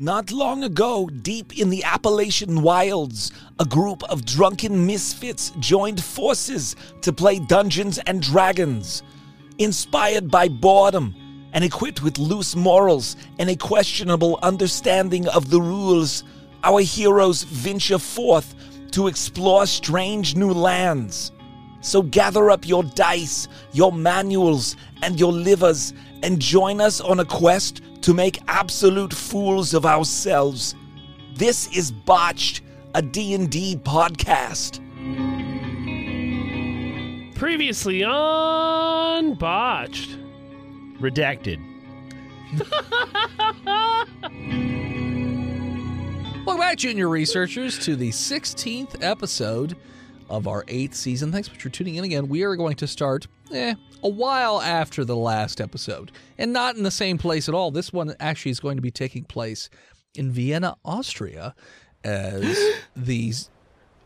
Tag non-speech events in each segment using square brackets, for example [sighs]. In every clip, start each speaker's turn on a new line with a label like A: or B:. A: Not long ago, deep in the Appalachian wilds, a group of drunken misfits joined forces to play Dungeons and Dragons. Inspired by boredom and equipped with loose morals and a questionable understanding of the rules, our heroes venture forth to explore strange new lands. So gather up your dice, your manuals, and your livers, and join us on a quest to make absolute fools of ourselves. This is Botched, a D&D podcast.
B: Previously on Botched.
C: Redacted.
D: Welcome back, junior researchers, to the 16th episode of our eighth season. Thanks for tuning in again. We are going to start eh, a while after the last episode, and not in the same place at all. This one actually is going to be taking place in Vienna, Austria,
E: [gasps]
D: as the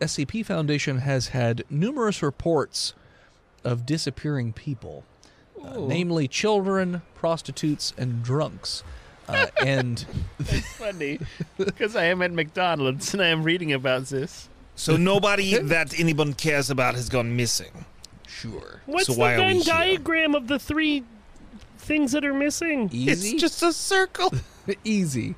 D: SCP Foundation has had numerous reports of disappearing people, uh, namely children, prostitutes, and drunks. Uh,
E: [laughs]
D: and
B: Funny, because I am at McDonald's and I am reading about this.
E: So nobody that anyone cares about has gone missing.
D: sure,
B: What's
E: So
B: the
E: why are we
B: Venn
E: here?
B: diagram of the three things that are missing?
D: easy.
E: It's just a circle.
D: [laughs] easy.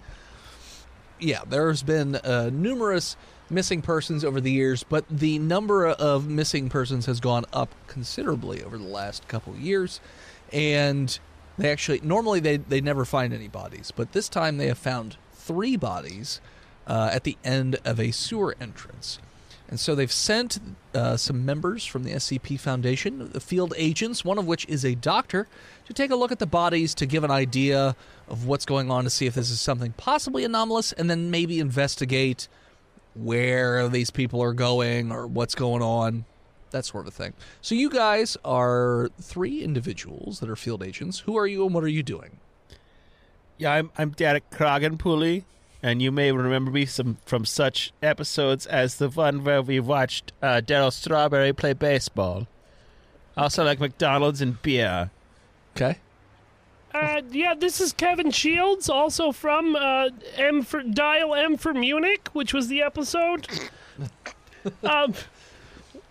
D: Yeah, there's been uh, numerous missing persons over the years, but the number of missing persons has gone up considerably over the last couple years. And they actually, normally they, they never find any bodies, but this time they have found three bodies uh, at the end of a sewer entrance. And so they've sent uh, some members from the SCP Foundation, the field agents, one of which is a doctor, to take a look at the bodies to give an idea of what's going on to see if this is something possibly anomalous and then maybe investigate where these people are going or what's going on, that sort of thing. So you guys are three individuals that are field agents. Who are you and what are you doing?
B: Yeah, I'm, I'm Derek Krogenpulli,
F: and you may remember me some from such episodes as the one where we watched uh, Daryl Strawberry play baseball. I Also, like McDonald's and beer.
D: Okay.
B: Uh, yeah, this is Kevin Shields, also from uh, M for Dial M for Munich, which was the episode. um,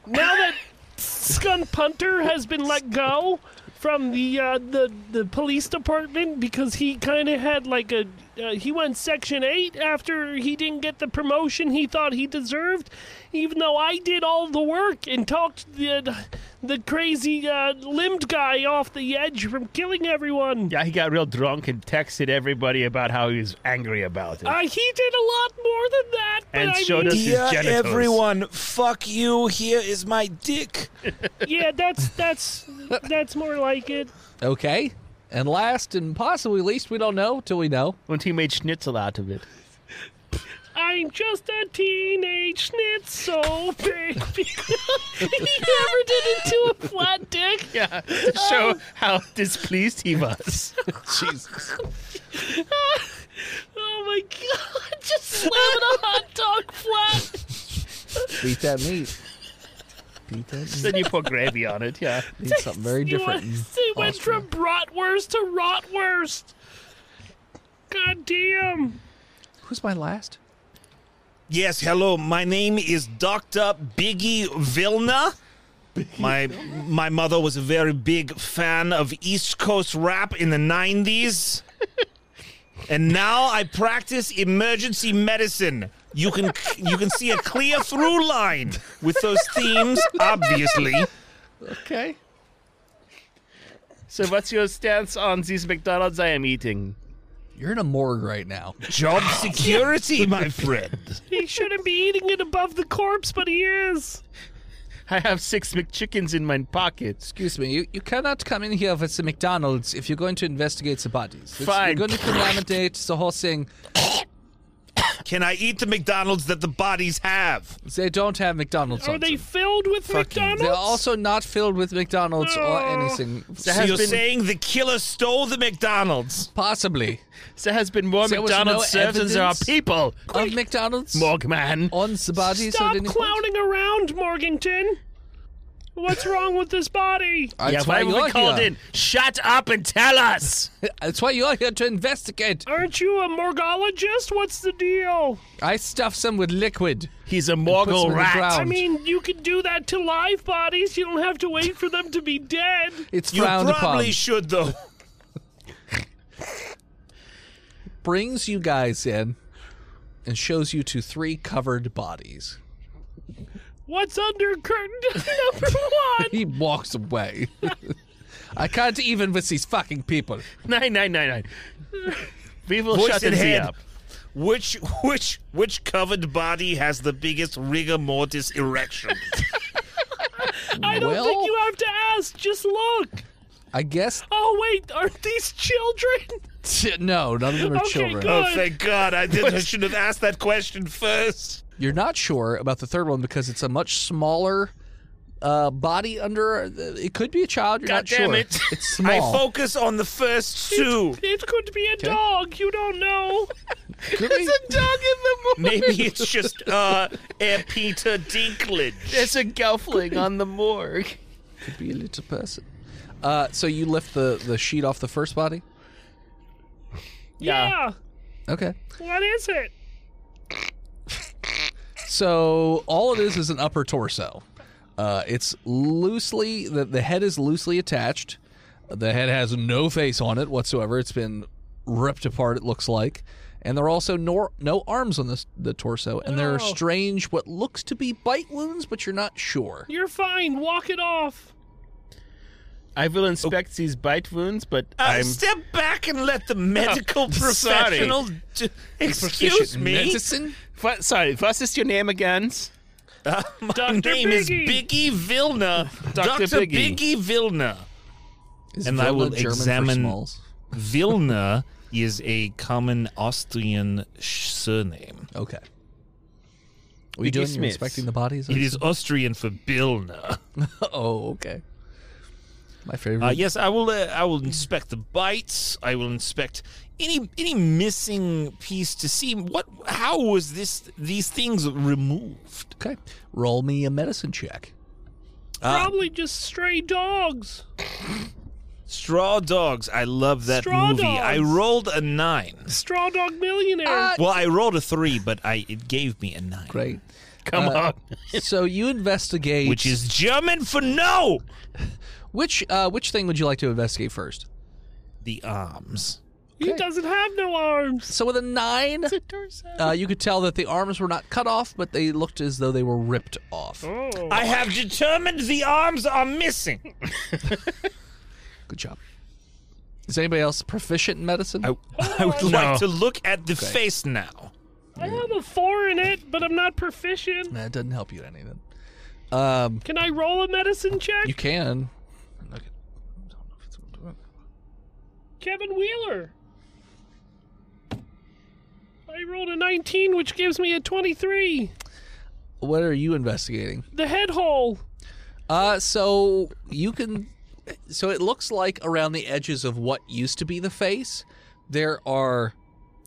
B: now that Skun Punter has been let go from the uh, the the police department because he kind of had like a uh, he went Section Eight after he didn't get the promotion he thought he deserved, even though I did all the work and talked the the crazy uh, limbed guy off the edge from killing everyone.
F: Yeah, he got real drunk and texted everybody about how he was angry about it.
B: Uh, he did a lot more than that. But
F: And
B: I
F: showed
B: mean,
F: us- This is
A: Dear
F: genitals.
A: everyone, fuck you, here is my dick.
B: yeah, that's that's that's more like it.
D: Okay. And last and possibly least, we don't know till we know.
F: when he made schnitzel out of it.
B: I'm just a teenage schnitzel baby. [laughs] he never did it to a flat dick.
F: Yeah, to [laughs] show how displeased he was.
D: Jesus.
B: Oh my god! Just slamming a hot dog flat.
D: Beat that meat. Beat that meat.
F: [laughs] then you pour gravy on it. Yeah,
D: Need something very
B: He
D: different. in
B: went, he went
D: Austria.
B: from bratwurst to rotwurst. God damn!
D: Who's my last?
E: Yes, hello. My name is Dr. Biggie Vilna. My my mother was a very big fan of East Coast rap in the 90s. And now I practice emergency medicine. You can you can see a clear through line with those themes obviously.
D: Okay.
F: So, what's your stance on these McDonald's I am eating?
D: You're in a morgue right now.
E: Job security, my friend.
B: He shouldn't be eating it above the corpse, but he is.
F: I have six McChickens in my pocket.
D: Excuse me, you, you cannot come in here with the McDonald's if you're going to investigate the bodies. It's-
F: Fine.
D: You're going to contaminate the whole thing.
E: Can I eat the McDonald's that the bodies have?
D: They don't have McDonald's.
B: Are
D: on
B: they
D: them.
B: filled with McDonald's?
D: They're also not filled with McDonald's or
B: No.
D: anything.
E: So
F: has
E: you're
F: been-
E: saying the killer stole the McDonald's?
D: Possibly.
F: There has been more
D: There was
F: McDonald's
D: no
F: served than there are
D: evidence?
F: people.
D: Of McDonald's?
F: Morgman.
D: On the bodies
B: Stop
D: of any
B: clowning around, Morganton. What's wrong with this body?
D: That's
F: yeah, why were we
D: you're
F: called
D: here.
F: in? Shut up and tell [laughs] us.
D: [laughs] That's why you're here to investigate.
B: Aren't you a morgologist? What's the deal?
D: I stuff some with liquid.
F: He's a
D: puts him
F: Morgul
D: in the
F: rat.
D: ground.
B: I mean, you can do that to live bodies. You don't have to wait for them to be dead.
D: It's
E: You
D: frowned
E: probably
D: upon.
E: should, though.
D: Brings you guys in and shows you to three covered bodies.
B: What's under curtain [laughs] number one?
D: [laughs] He walks away. [laughs] I can't even with these fucking people.
F: [laughs] Nine nine nine [laughs] nine. We will
E: Voice
F: shut
E: and
F: the
E: head.
F: up.
E: Which which which covered body has the biggest rigor mortis
F: [laughs]
E: erection?
B: I don't
D: Well-
B: think you have to ask. Just look.
D: I guess
B: Oh wait, aren't these children? [laughs]
D: no, none of them are
B: Okay,
D: children.
B: good.
E: oh, thank God! I did. I should have asked that question first.
D: You're not sure about the third one because it's a much smaller uh, body under. It could be a child. You're
F: God
D: not
F: damn
D: sure.
F: it.
B: [laughs]
D: It's
E: I
D: small.
E: focus on the first two.
B: It could be a dog. You don't know.
D: Could be-
F: [laughs]
E: Maybe it's just uh, Air Peter Dinklage.
F: There's a gelfling on the morgue.
D: could be a little person. Uh, so you lift the, the sheet off the first body.
B: Yeah.
D: Okay.
B: What is it?
D: So all it is is an upper torso. Uh, it's loosely the the head is loosely attached. The head has no face on it whatsoever. It's been ripped apart. It looks like, and there are also nor, no arms on this the torso, and there are
B: No.
D: strange what looks to be bite wounds, but you're not sure.
B: You're fine. Walk it off.
F: I will inspect these bite wounds, but
E: Uh,
F: I'm
E: step back and let the medical
F: Oh, sorry.
E: professional. d- excuse
D: Proficient
E: me.
D: medicine.
F: Fa- sorry. What is your name again?
E: My
B: Dr.
E: name is
B: Biggie.
E: Biggie Vilna. Dr.
F: Biggie.
E: Biggie. Vilna.
D: Is
E: And I
D: Vilna
E: will
D: German for
E: examine-
D: smalls?
E: Vilna is a common Austrian sh- surname.
D: Okay. What are you doing? You're
F: Smith.
D: inspecting the bodies.
E: It is Austrian for Vilna.
D: [laughs] Oh, okay. My favorite.
E: Uh, yes, I will. Uh, I will inspect the bites. I will inspect any any missing piece to see what how was this these things removed.
D: Okay. Roll me a medicine check.
E: Uh,
B: Probably just stray dogs.
E: Straw dogs. I love that
B: Straw
E: movie. I
B: Dogs.
E: rolled a nine.
B: Straw dog millionaire.
D: Ah,
E: Well, I rolled a three, but I it gave me a nine,
D: Great.
F: Come on.
D: So you investigate
E: which is German for no.
D: which uh, which thing would you like to investigate first?
E: The arms.
B: He doesn't have no arms.
D: So with a nine, uh, you could tell that the arms were not cut off, but they looked as though they were ripped off.
B: Oh.
E: I have determined the arms are missing.
D: Good job. Is anybody else proficient in medicine?
E: I, [laughs] I would like to look at the face now.
B: I have a four in it, but I'm not proficient.
D: That doesn't help you in anything. Um,
B: Can I roll a medicine check?
D: you can. Okay.
B: Kevin Wheeler. I rolled a 19, which gives me a 23.
D: What are you investigating?
B: The head hole.
D: Uh, so you can. So it looks like around the edges of what used to be the face, there are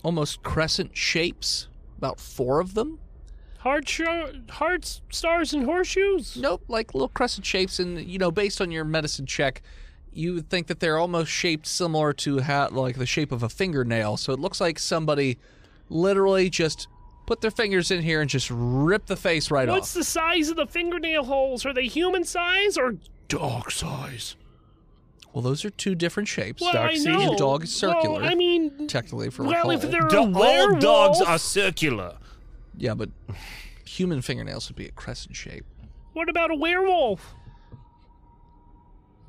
D: almost crescent shapes, about four of them.
B: Heart sho- hearts, stars, and horseshoes.
D: Nope, like little crescent shapes, and you know, based on your medicine check, you would think that they're almost shaped similar to how, like the shape of a fingernail. So it looks like somebody literally just put their fingers in here and just rip the face right
B: What's
D: off.
B: the size of the fingernail holes? Are they human size or dog size?
D: well, those are two different shapes.
B: Well,
F: Dark
B: I
F: seed.
B: know.
D: The dog is circular.
B: Well, I mean,
D: Technically, for
B: well,
D: a
B: if
D: hole.
B: they're
E: Do-
B: a
E: all
B: werewolf,
E: dogs are circular.
D: yeah, but human fingernails would be a crescent shape.
B: What about a werewolf?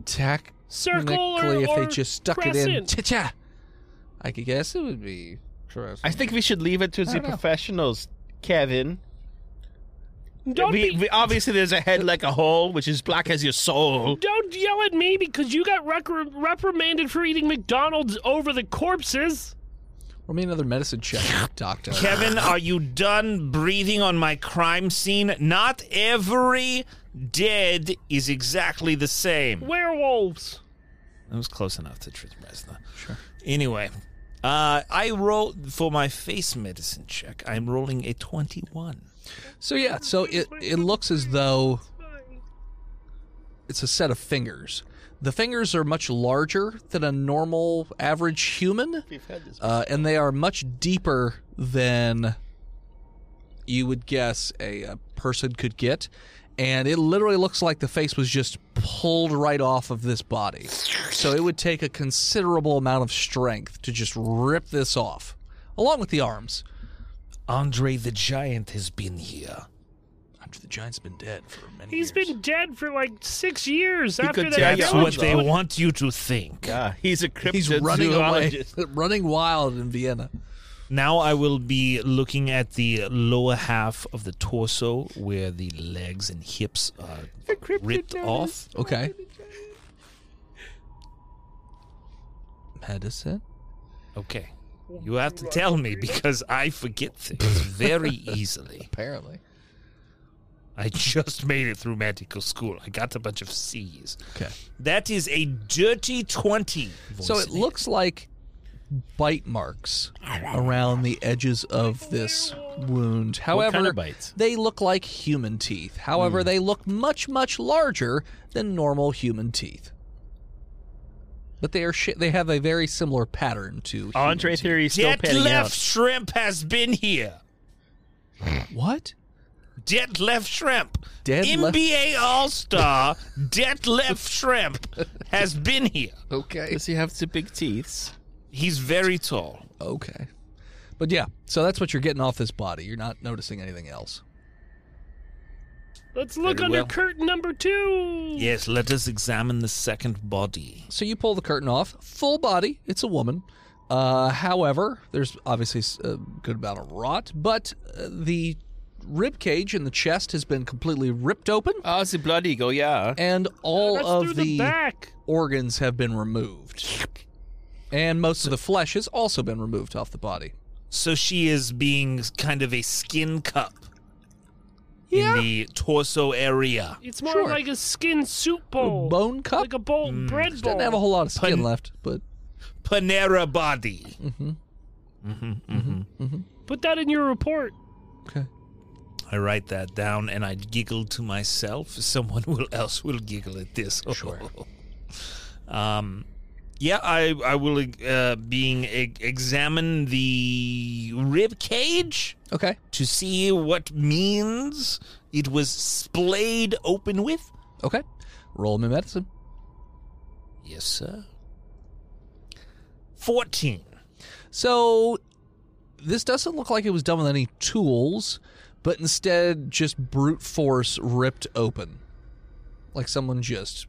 D: Tech,
B: Circle or-
D: if they
B: or
D: just stuck it in,
B: crescent?
D: cha-cha, I could guess it would be.
F: I think we should leave it to the
D: don't know.
F: professionals, Kevin.
B: Don't
F: we,
B: be-
F: we- obviously there's a head like a hole, which is black as your soul.
B: Don't yell at me because you got rec- reprimanded for eating McDonald's over the corpses.
D: Roll me another medicine check, doctor.
E: Kevin, are you done breathing on my crime scene? Not every dead is exactly the same.
B: Werewolves.
E: That was close enough to Truth Reznor. Sure. Anyway, uh, I roll for my face medicine check. I'm rolling a 21.
D: So yeah, so it it looks as though it's a set of fingers. The fingers are much larger than a normal average human,
C: We've had this.
D: uh, and they are much deeper than you would guess a, a person could get. And it literally looks like the face was just pulled right off of this body. So it would take a considerable amount of strength to just rip this off, along with the arms.
A: Andre the Giant has been here.
D: After the giant's been dead for many
B: He's
D: years.
B: been dead for like six years after
C: could
B: that.
C: tell you
E: That's
C: Yeah,
E: what
C: I'm
E: they
C: sorry.
E: want you to
F: Ah,
E: think.
C: yeah, he's a
D: He's running away,
C: cryptozoologist.
D: [laughs] running wild in Vienna.
E: Now I will be looking at the lower half of the torso where the legs and hips are ripped off.
D: Okay. Medicine?
E: Okay. You have to tell me because I forget things very easily.
D: Apparently.
E: I just made it through medical school. I got a bunch of C's.
D: Okay.
E: That is a dirty 20.
D: So it looks like bite marks around the edges of this wound. However,
F: kind of bites?
D: they look like human teeth. However, they look much much larger than normal human teeth. But they are sh- they have a very similar pattern to human
F: Andre
D: teeth.
F: theory is still
E: Dead
F: panning
E: left
F: out.
E: shrimp has been here.
D: What?
E: Dead left shrimp.
D: Detlef-
E: NBA All Star Dead left shrimp has been here.
D: Okay.
C: Does he have the big teeth?
E: He's very tall.
D: Okay. But yeah, so that's what you're getting off this body. You're not noticing anything else.
B: Let's look
E: Very
B: under
E: well.
B: curtain number two.
E: Yes, let us examine the second body.
D: So you pull the curtain off, full body. It's a woman. Uh, however, there's obviously s- a good amount of rot, but uh, the rib cage in the chest has been completely ripped open,
C: Oh, the blood eagle, yeah.
D: and all
B: That's through
D: of
B: the
D: the,
B: back.
D: organs have been removed, and most of the flesh has also been removed off the body.
E: So she is being kind of a skin cup
D: Yeah.
E: in the torso area.
B: It's more
D: Sure.
B: like a skin soup bowl,
D: Bone cup
B: Oh, like a bowl,
E: Mm.
B: bread bowl.
D: doesn't have a whole lot of skin
E: Pun-
D: left, but
E: Panera body.
D: [laughs]
B: Put that in your report.
D: okay.
E: I write that down and I giggle to myself. Someone [laughs] will else will giggle at this. [laughs]
D: Sure.
E: um, yeah, I I will uh, being e- examine the rib cage
D: Okay.
E: to see what means it was splayed open with.
D: Okay. Roll me medicine.
E: Yes, sir. Fourteen.
D: So this doesn't look like it was done with any tools, but instead just brute force ripped open. Like someone just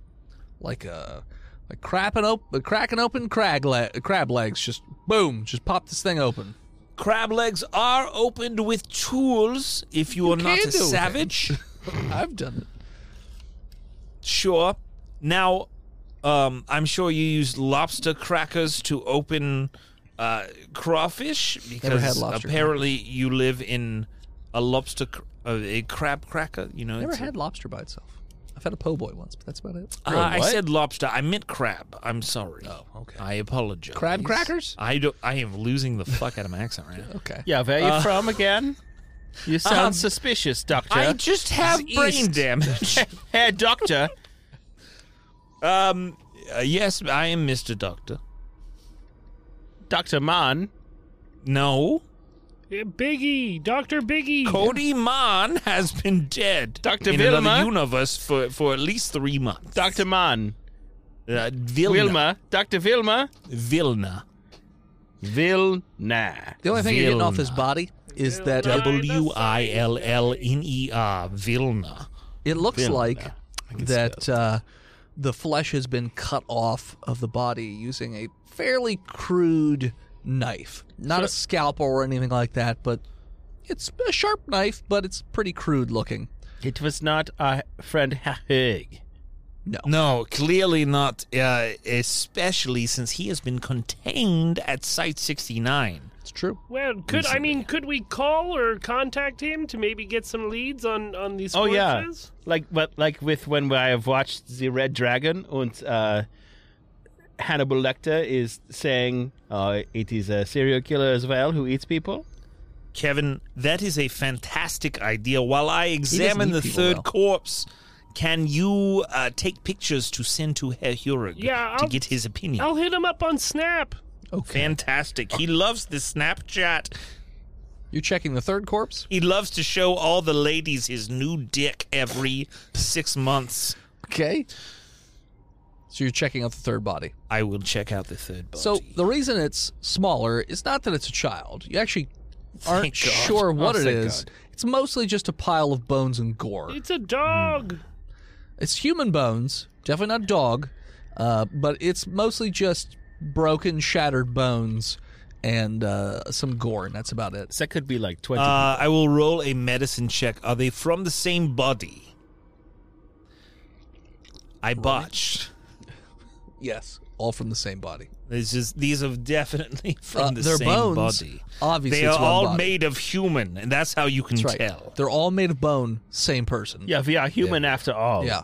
D: like a like crapping open cracking open crab, le- crab legs just boom, just pop this thing open.
E: Crab legs are opened with tools if you, are not
D: can
E: a
D: do it.
E: savage.
D: I've done
E: Sure. Now, um, I'm sure you used lobster crackers to open uh, crawfish because
D: had lobster
E: apparently you live in a lobster, cr- uh, a crab cracker. You know,
D: it. Never
E: it's a-
D: had lobster by itself. I've had a po' boy once, but that's about it.
E: Uh, I said lobster. I meant crab. I'm sorry. Oh,
D: okay.
E: I apologize.
D: Crab crackers?
E: I do I am losing the fuck out of my accent right
D: [laughs]
E: now.
D: Okay.
F: Yeah, where you from again? You sound suspicious, doctor.
E: I just have
F: It's
E: brain
F: east.
E: damage.
F: Herr Doctor,
E: [laughs] um, uh, yes, I am Mr. Doctor.
F: Doctor Mann.
E: No,
B: Yeah, Biggie, Doctor Biggie.
E: Cody Mann has been dead
F: Dr.
E: in
F: Vilma?
E: another universe for, for at least three months.
F: Doctor Mann.
E: uh, Vilna.
F: Wilma. Doctor Wilma.
E: Vilna.
F: Vilna.
D: The only thing you're getting off this
E: Vilna.
D: body is that it,
E: W I L L N E R. Vilna.
D: it looks
F: Vilna.
D: like that uh, the flesh has been cut off of the body using a fairly crude knife. Not a scalpel or anything like that, but it's a sharp knife, but it's pretty crude looking.
F: It was not our friend Herr Hög.
E: No, clearly not, uh, especially since he has been contained at Site 69.
D: It's true.
B: Well, could I mean, could we call or contact him to maybe get some leads on on these?
F: Oh yeah,
B: corpses?
F: like but like with when I have watched the Red Dragon and uh, Hannibal Lecter is saying uh, it is a serial killer as well who eats people.
E: Kevin, that is a fantastic idea. While I examine
D: eat
E: the
D: people,
E: third
D: though.
E: corpse, Can you uh, take pictures to send to Herr Hurig
B: Yeah,
E: to
B: I'll-
E: get his opinion?
B: I'll hit him up on Snap.
E: Fantastic. He loves the Snapchat.
D: You're checking the third corpse?
E: He loves to show all the ladies his new dick every six months.
D: Okay. So you're checking out the third body.
E: I will check out the third body.
D: So the reason it's smaller is not that it's a child. You actually aren't
E: Thank God.
D: sure what
F: Oh,
D: it
F: thank
D: is.
F: God.
D: It's mostly just a pile of bones and gore.
B: It's a dog.
D: It's human bones, definitely not dog, uh, but it's mostly just broken, shattered bones and uh, some gore, and that's about it.
F: So that could be like 20.
E: uh, I will roll a medicine check. Are they from the same body? I botched.
D: Yes, all from the same body.
E: This is these are definitely [laughs] from
D: Uh,
E: the
D: their
E: same
D: bones,
E: body.
D: obviously
E: they
D: it's
E: are
D: one
E: all
D: body.
E: made of human, and that's how you can
D: That's right.
E: tell.
D: They're all made of bone, same person.
F: yeah, we are human after all.
D: Yeah.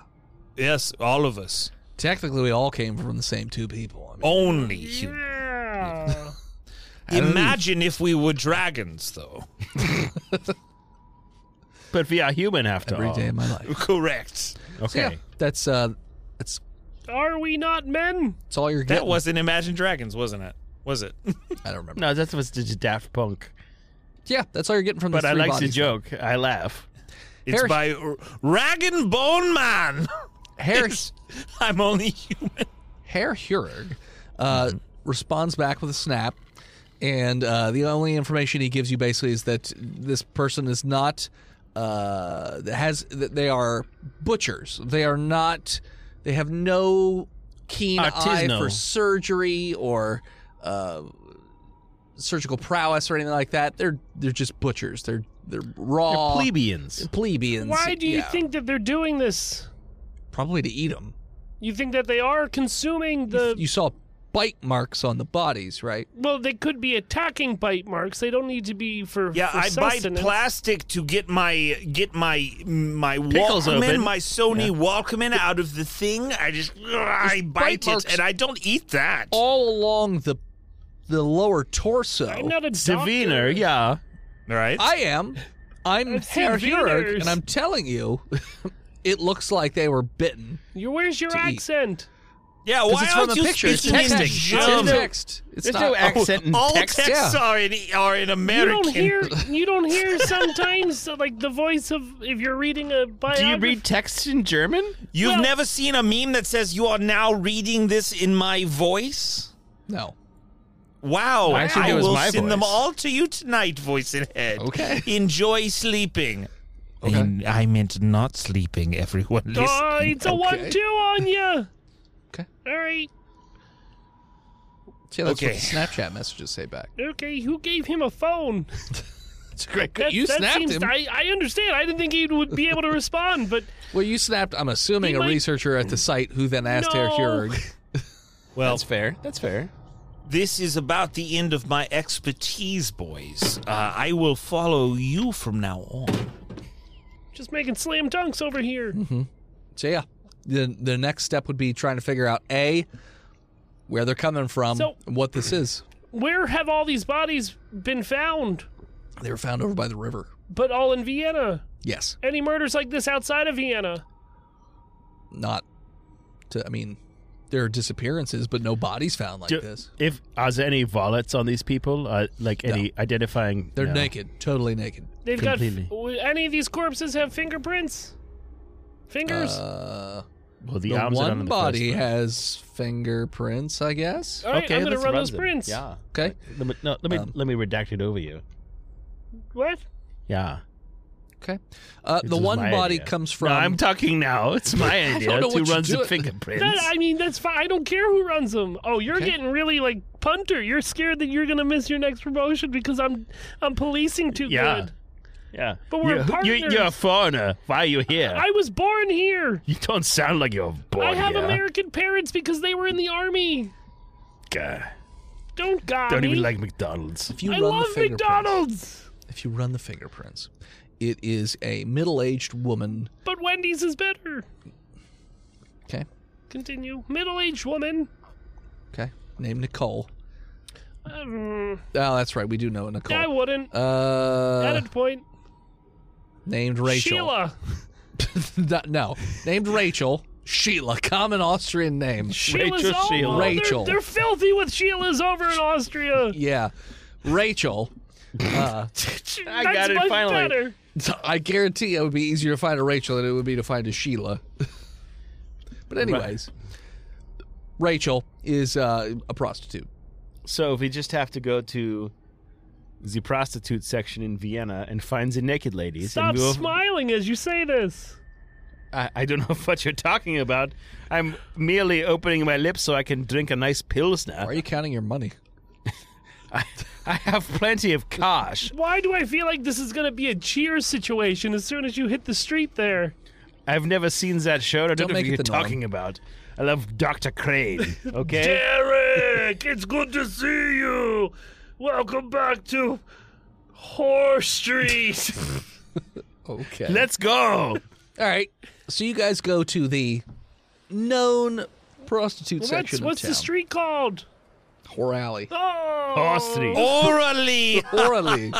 E: Yes, all of us.
D: Technically, we all came from the same two people. I mean,
E: Only human.
B: Yeah.
E: Imagine if we were dragons, though. [laughs]
F: But we are human after
D: every
F: all.
D: day of my life.
E: Correct.
F: Okay.
D: So, yeah, that's uh, that's
B: Are we not men?
D: that's all you're
E: That
D: getting.
E: wasn't Imagine Dragons, wasn't it? Was it? [laughs]
D: I don't remember.
F: No, that was the Daft Punk.
D: Yeah, that's all you're getting from.
F: But
D: these
F: I
D: three
F: like the
D: bodies.
F: joke. I laugh.
E: It's
D: Harris-
E: by R- Ragin Bone Man. [laughs]
D: Harris
E: I'm only human.
D: Herr Hurig uh, responds back with a snap, and uh, the only information he gives you basically is that this person is not uh, has that they are butchers. They are not. They have no keen eye
F: Artisanal.
D: for surgery or uh, surgical prowess or anything like that. They're they're just butchers. They're they're raw
F: Plebeians.
D: plebeians.
B: Why do you
D: Yeah.
B: think that they're doing this?
D: probably to eat them?
B: You think that they are consuming the.
D: You saw bite marks on the bodies, right?
B: well, they could be attacking bite marks. They don't need to be for.
E: Yeah,
B: for
E: I bite
B: sustenance.
E: plastic to get my get my my
F: Pickles
E: Walkman,
F: open.
E: my Sony Walkman out of the thing. I just I
D: bite
E: bite
D: marks-
E: it, and I don't eat that.
D: all along the the lower torso.
B: I'm not a doctor.
F: Saviner, yeah.
E: Right?
D: I am. I'm
B: I've seen
D: Herr Hurig,
B: wieners.
D: and I'm telling you, [laughs] it looks like they were bitten.
B: You, where's your
D: To eat.
B: accent?
E: yeah,
D: 'Cause
E: why
D: it's from
E: aren't
D: the
E: you
D: picture. It's
E: speaking
D: text.
E: in
D: It's
E: German?
D: text. It's
F: There's
D: not,
F: no accent in
E: All
F: text.
E: texts
D: yeah.
E: are in are in
B: You
E: American.
B: don't hear. You don't hear sometimes uh, like the voice of if you're reading a biography.
F: Do you read texts in German?
E: You've
B: well-
E: never seen a meme that says you are now reading this in my voice.
D: No.
E: Wow!
F: I think
E: I
F: it was
E: will
F: my
E: send them
F: voice.
E: all to you tonight, voice and head.
D: Okay.
E: Enjoy sleeping.
D: Okay.
E: And I meant not sleeping, everyone.
B: Oh, it's a one-two on you.
D: Okay.
B: All right.
D: See, that's
E: Okay.
D: what the Snapchat messages say back.
B: Okay. Who gave him a phone?
D: It's great.
B: That,
D: you
B: that
D: snapped
B: seems,
D: him.
B: I, I understand. I didn't think he would be able to respond, but
D: well, you snapped. I'm assuming
B: He
D: a
B: might-
D: researcher at the site who then asked Herr
B: No.
D: Hurig.
E: Well,
F: That's fair. That's fair.
E: this is about the end of my expertise, boys. Uh, I will follow you from now on.
B: just making slam dunks over here.
D: So yeah, the the next step would be trying to figure out a where they're coming from,
B: So-
D: and what this is.
B: Where have all these bodies been found?
D: They were found over by the river.
B: But all in Vienna.
D: Yes.
B: Any murders like this outside of Vienna?
D: not to i mean there are disappearances but no bodies found like
F: Do-
D: this
F: If are there any wallets on these people? Uh, like any identifying?
D: they're
F: no.
D: naked totally naked
B: They've
F: Completely.
B: got. w- Any of these corpses have fingerprints? Fingers?
D: uh,
F: Well, the,
D: the
F: arms are not on
D: one
F: the
D: body
F: first one.
D: has fingerprints i guess
B: all right, I'm gonna
F: let's
B: run those
F: them.
B: prints.
F: Yeah.
D: okay
F: Let me, no, let me
D: Um,
F: let me redact it over you.
B: What?
F: Yeah.
D: okay uh,
F: This
D: the
F: is
D: one
F: my
D: body
F: idea.
D: comes
F: No,
D: from
F: I'm talking
D: [laughs]
F: now. It's my idea.
D: know
F: Who
D: what you
F: runs
D: do
F: the
D: it-
F: fingerprints?
B: That, I mean, that's fine. I don't care who runs them. Oh, you're
D: Okay.
B: getting really like punter. You're scared that you're gonna miss your next promotion because I'm, I'm policing too
F: yeah.
B: good.
F: Yeah.
B: But we're
F: you're, you're,
B: partners.
F: you're a foreigner. Why are you here?
B: I was born here.
F: you don't sound like you're born
B: I have
F: here.
B: American parents because they were in the army.
F: God.
B: Don't god
F: Don't
B: me.
F: even like McDonald's.
D: if you
B: I
D: run
B: love
D: the fingerprints
B: McDonald's,
D: if you run the fingerprints it is a middle-aged woman
B: but Wendy's is better.
D: okay
B: Continue. Middle-aged woman.
D: okay named nicole
B: Um,
D: oh that's right we do know
B: I
D: nicole
B: wouldn't.
D: uh
B: Edit point.
D: named rachel
B: Sheila.
D: [laughs] Not- no, named Rachel. Sheila, common Austrian name.
B: Sheila's
F: Rachel,
B: all-
F: Sheila.
B: oh, they're-
D: Rachel.
B: They're, filthy with Sheila's over in
F: [laughs]
B: Austria.
D: Yeah, Rachel.
B: I
F: got it finally.
B: Better.
D: I guarantee it would be easier to find a Rachel than it would be to find a Sheila. [laughs] but anyways, Rachel is uh, a prostitute.
F: So we just have to go to the prostitute section in Vienna and find the naked ladies.
B: Stop
F: and we'll,
B: smiling as you say this.
F: I, I don't [laughs] know what you're talking about. I'm merely opening my lips so I can drink a nice pilsner.
D: Why are you counting your money?
F: I, I have plenty of cash.
B: Why do I feel like this is going to be a cheers situation as soon as you hit the street there?
F: I've never seen that show. I don't,
D: Don't
F: know
D: make
F: what
D: it
F: you're
D: the norm.
F: talking about. I love Dr.
D: [laughs]
F: Crane. Okay.
B: Derek, it's good to see you. Welcome back to Whore Street.
D: Okay.
F: Let's go.
D: All right. So you guys go to the known prostitute
B: What's,
D: section
B: what's
D: of
B: the
D: town.
B: street called?
D: Whore Alley.
B: Oh,
F: Austria.
E: Orally.
D: Horley.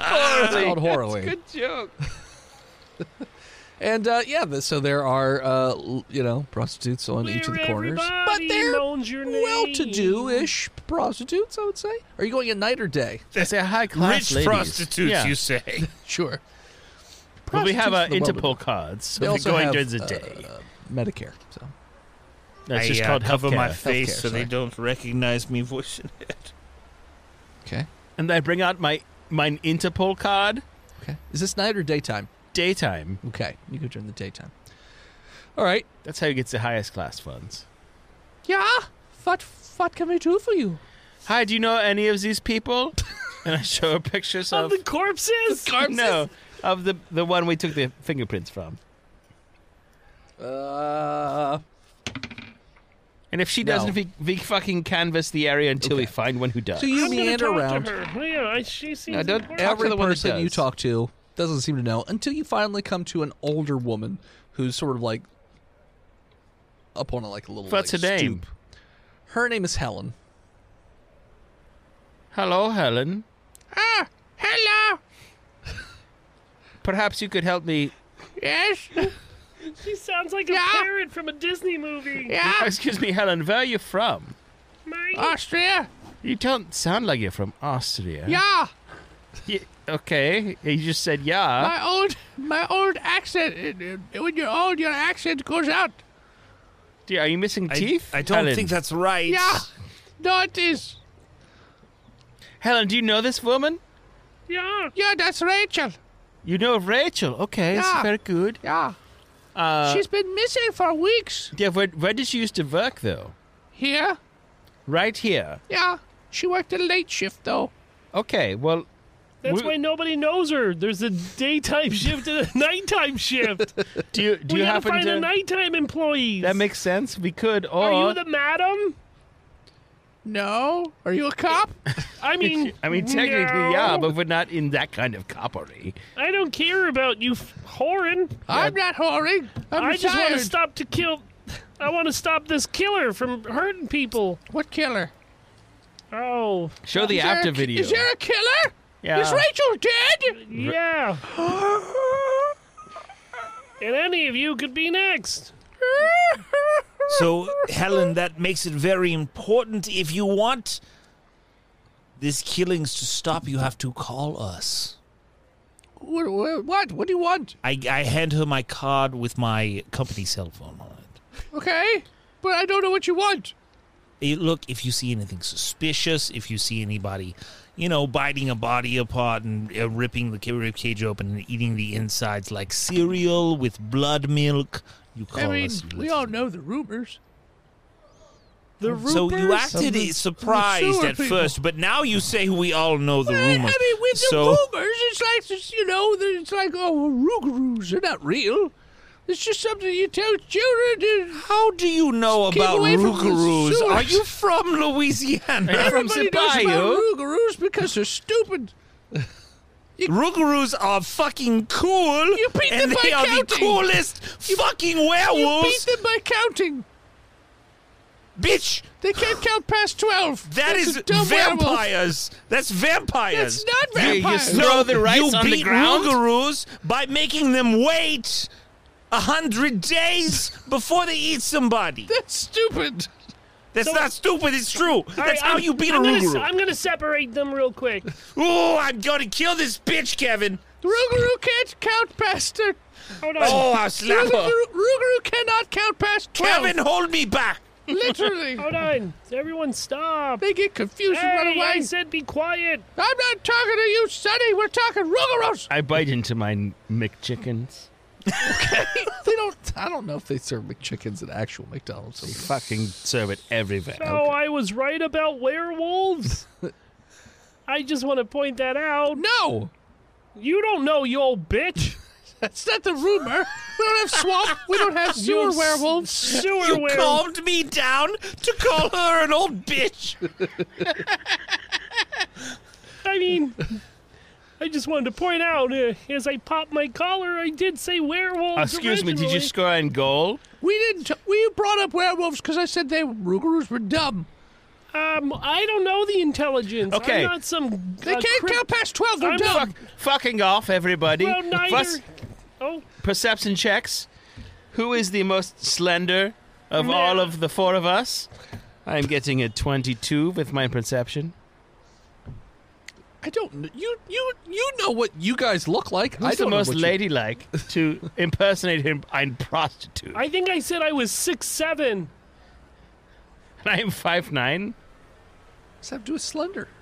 D: Horley. called Horley. good joke. and uh, yeah, th- so there are uh, l- you know prostitutes on each of the
B: Where
D: corners, but
B: everybody
D: they're
B: knows your
D: well-to-do-ish prostitutes, I would say. Are you going at night or day? [laughs]
F: It's a high class.
E: Rich prostitutes, you say.
D: Sure.
F: Well, we have
D: Prostitutes
F: our
D: for the
F: Interpol
D: moment.
F: cards. So
D: They
F: we're
D: also
F: going
D: have,
F: during the
D: uh,
F: day.
D: Medicare. So
F: That's
E: I
F: just
E: uh,
F: called
E: cover
F: healthcare.
E: my face
D: Healthcare,
E: so
D: sorry.
E: they don't recognize me [laughs] voicing it.
D: okay,
F: and I bring out my mine Interpol card.
D: okay. Is this night or daytime?
F: Daytime.
D: Okay, you go during the daytime. All right.
F: That's how you get the highest class funds.
D: Yeah. What What can we do for you?
F: Hi, do you know any of these people? and I show her pictures
B: Of
F: of
B: the corpses?
F: no of the the one we took the fingerprints from.
D: Uh,
F: And if she
D: No.
F: doesn't, we, we fucking canvas the area until we
D: Okay.
F: find one who does.
D: so you
B: I'm gonna
D: meander
B: talk
D: around.
B: To her. Yeah, I, she seems
F: No, don't
B: important.
F: Talk to
D: Every
F: the one that
D: person you
F: does.
D: talk to doesn't seem to know until you finally come to an older woman who's sort of like up on a, like a little
F: What's
D: like,
F: her name?
D: stoop. Her name is Helen.
F: Hello, Helen. Ah, hello. Perhaps you could help me. Yes.
B: She sounds like a
F: Yeah.
B: parrot from a Disney movie.
F: Yeah. Excuse me, Helen. Where are you from?
B: Mate,
D: Uh,
F: Austria. You don't sound like you're from Austria.
G: Yeah,
F: Y- okay. You just said yeah.
G: my old my old accent. It- it- When you're old, your accent goes out.
F: Yeah, Are you missing [laughs]
E: I,
F: teeth?
E: I don't
F: Helen.
E: think that's right.
G: Yeah, no, it is.
F: Helen, do you know this woman?
B: yeah.
G: Yeah, that's Rachel.
F: You know of Rachel. Okay, that's
G: Yeah.
F: very good.
G: Yeah,
F: Uh,
G: she's been missing for weeks.
F: yeah, where, where did she used to work, though?
G: Here,
F: Right here.
G: yeah, she worked a late shift though.
F: Okay, well,
B: That's
F: We-
B: why nobody knows her. There's a daytime [laughs] shift and a nighttime shift.
F: do you, do
B: we gotta
F: you happen
B: find
F: to...
B: the nighttime employees.
F: That makes sense. We could, or...
B: Are you the madam?
G: No, are you a cop?
B: I mean,
F: I mean, technically,
B: no.
F: yeah, but we're not in that kind of coppery.
B: I don't care about you f- whoring.
G: I'm not whoring. I'm
B: I just want to
G: retired.
B: stop to kill. I want to stop this killer from hurting people.
G: What killer?
B: Oh,
F: Show the
G: Is there
F: after
G: a, ki-
F: video.
G: Is there a killer?
F: yeah.
G: Is Rachel dead?
B: yeah. and any of you could be next.
E: So, Helen, that makes it very important. If you want these killings to stop, you have to call us.
G: What, what? What? What do you want?
E: I, I hand her my card with my company cell phone on it.
G: Okay, but I don't know what you want.
E: Eh, look, if you see anything suspicious, if you see anybody, you know, biting a body apart and uh, ripping the rib cage open and eating the insides like cereal with blood milk, you call
G: I mean,
E: us.
G: we all know the rumors.
B: The
E: So you
B: Ruppers?
E: acted
G: Something-
E: surprised
G: sewer
E: at
G: people.
E: first, but now you say we all know the
G: I, I
E: rumors.
G: mean, with the
E: so
G: rumors, it's like this, you know, the- it's like oh, rougarous. They're not real. It's just something you tell children. To,
E: how do you know
G: Keep
E: about
G: away from the
E: rougarous? Are
G: sewers.
E: you from
G: [laughs]
E: Louisiana?
F: From
G: everybody knows about
F: Zipayo.
G: rougarous because they're stupid.
E: Rougarous are fucking cool,
G: You beat
E: and
G: them by
E: they are the
G: counting.
E: coolest fucking
G: You beat
E: werewolves,
G: them by counting.
E: bitch.
G: They can't count past twelve.
E: [sighs] That
G: That's
E: is
G: a dumb werewolf.
E: vampires. That's vampires.
G: That's not
F: You- you
G: vampires.
F: Throw the rice
E: you
F: on the
E: beat
F: ground?
E: Rougarous by making them wait a hundred days before they eat somebody.
G: [laughs] That's stupid.
E: That's not stupid. It's true.
B: All
E: That's
B: right,
E: how
B: I'm-
E: you beat
B: I'm
E: a
B: gonna,
E: Ruguru.
B: se- I'm gonna separate them real quick.
E: Ooh, I'm gonna kill this bitch, [laughs] Kevin.
G: Ruguru can't count
E: [laughs]
G: past uh,
B: Hold on.
E: Oh, I'll slap her.
G: Ruguru, Ruguru cannot count past 12.
E: Kevin, hold me back.
G: [laughs]
E: [laughs]
G: Literally.
B: Hold on. Everyone stop.
G: They get confused and run
B: Hey,
G: away.
B: I said be quiet.
G: I'm not talking to you, Sonny. We're talking Ruguros.
F: I bite into my McChickens.
D: [laughs] They don't. I don't know if they serve McChickens at actual McDonald's.
F: They
G: [laughs]
F: fucking serve it everywhere.
B: So Oh, I was right about werewolves. I just want to point that out.
D: No,
B: You don't know, you old bitch.
G: That's not the rumor. We don't
D: [laughs]
G: have swamp. We don't have
B: You
G: sewer
B: s-
G: werewolves.
B: Sewer
E: You
B: werewolves.
E: calmed me down to call her an old bitch.
B: I mean, I just wanted to point out uh, as I popped my collar, I did say werewolves.
F: Excuse me, did you
B: originally.
F: score a goal?
G: We didn't. T- we brought up werewolves because I said they Rugerus were dumb.
B: Um, I don't know the intelligence.
F: Okay.
B: I'm not some. uh,
G: They can't count past twelve. They're
B: I'm
G: dumb.
B: fuck-
F: Fucking off, everybody.
B: Well, neither.
F: Plus,
B: Oh,
F: perception checks. Who is the most slender of
B: Meh.
F: all of the four of us? I'm getting a 22 with my perception.
D: I don't. kn- You you you know what you guys look like. I
F: Who's
D: don't
F: the
D: know
F: most
D: what you-
F: ladylike
D: [laughs]
F: to impersonate him? I'm prostitute.
B: I think I said I was six seven.
F: and I'm five nine.
D: Except do a slender.
E: [laughs]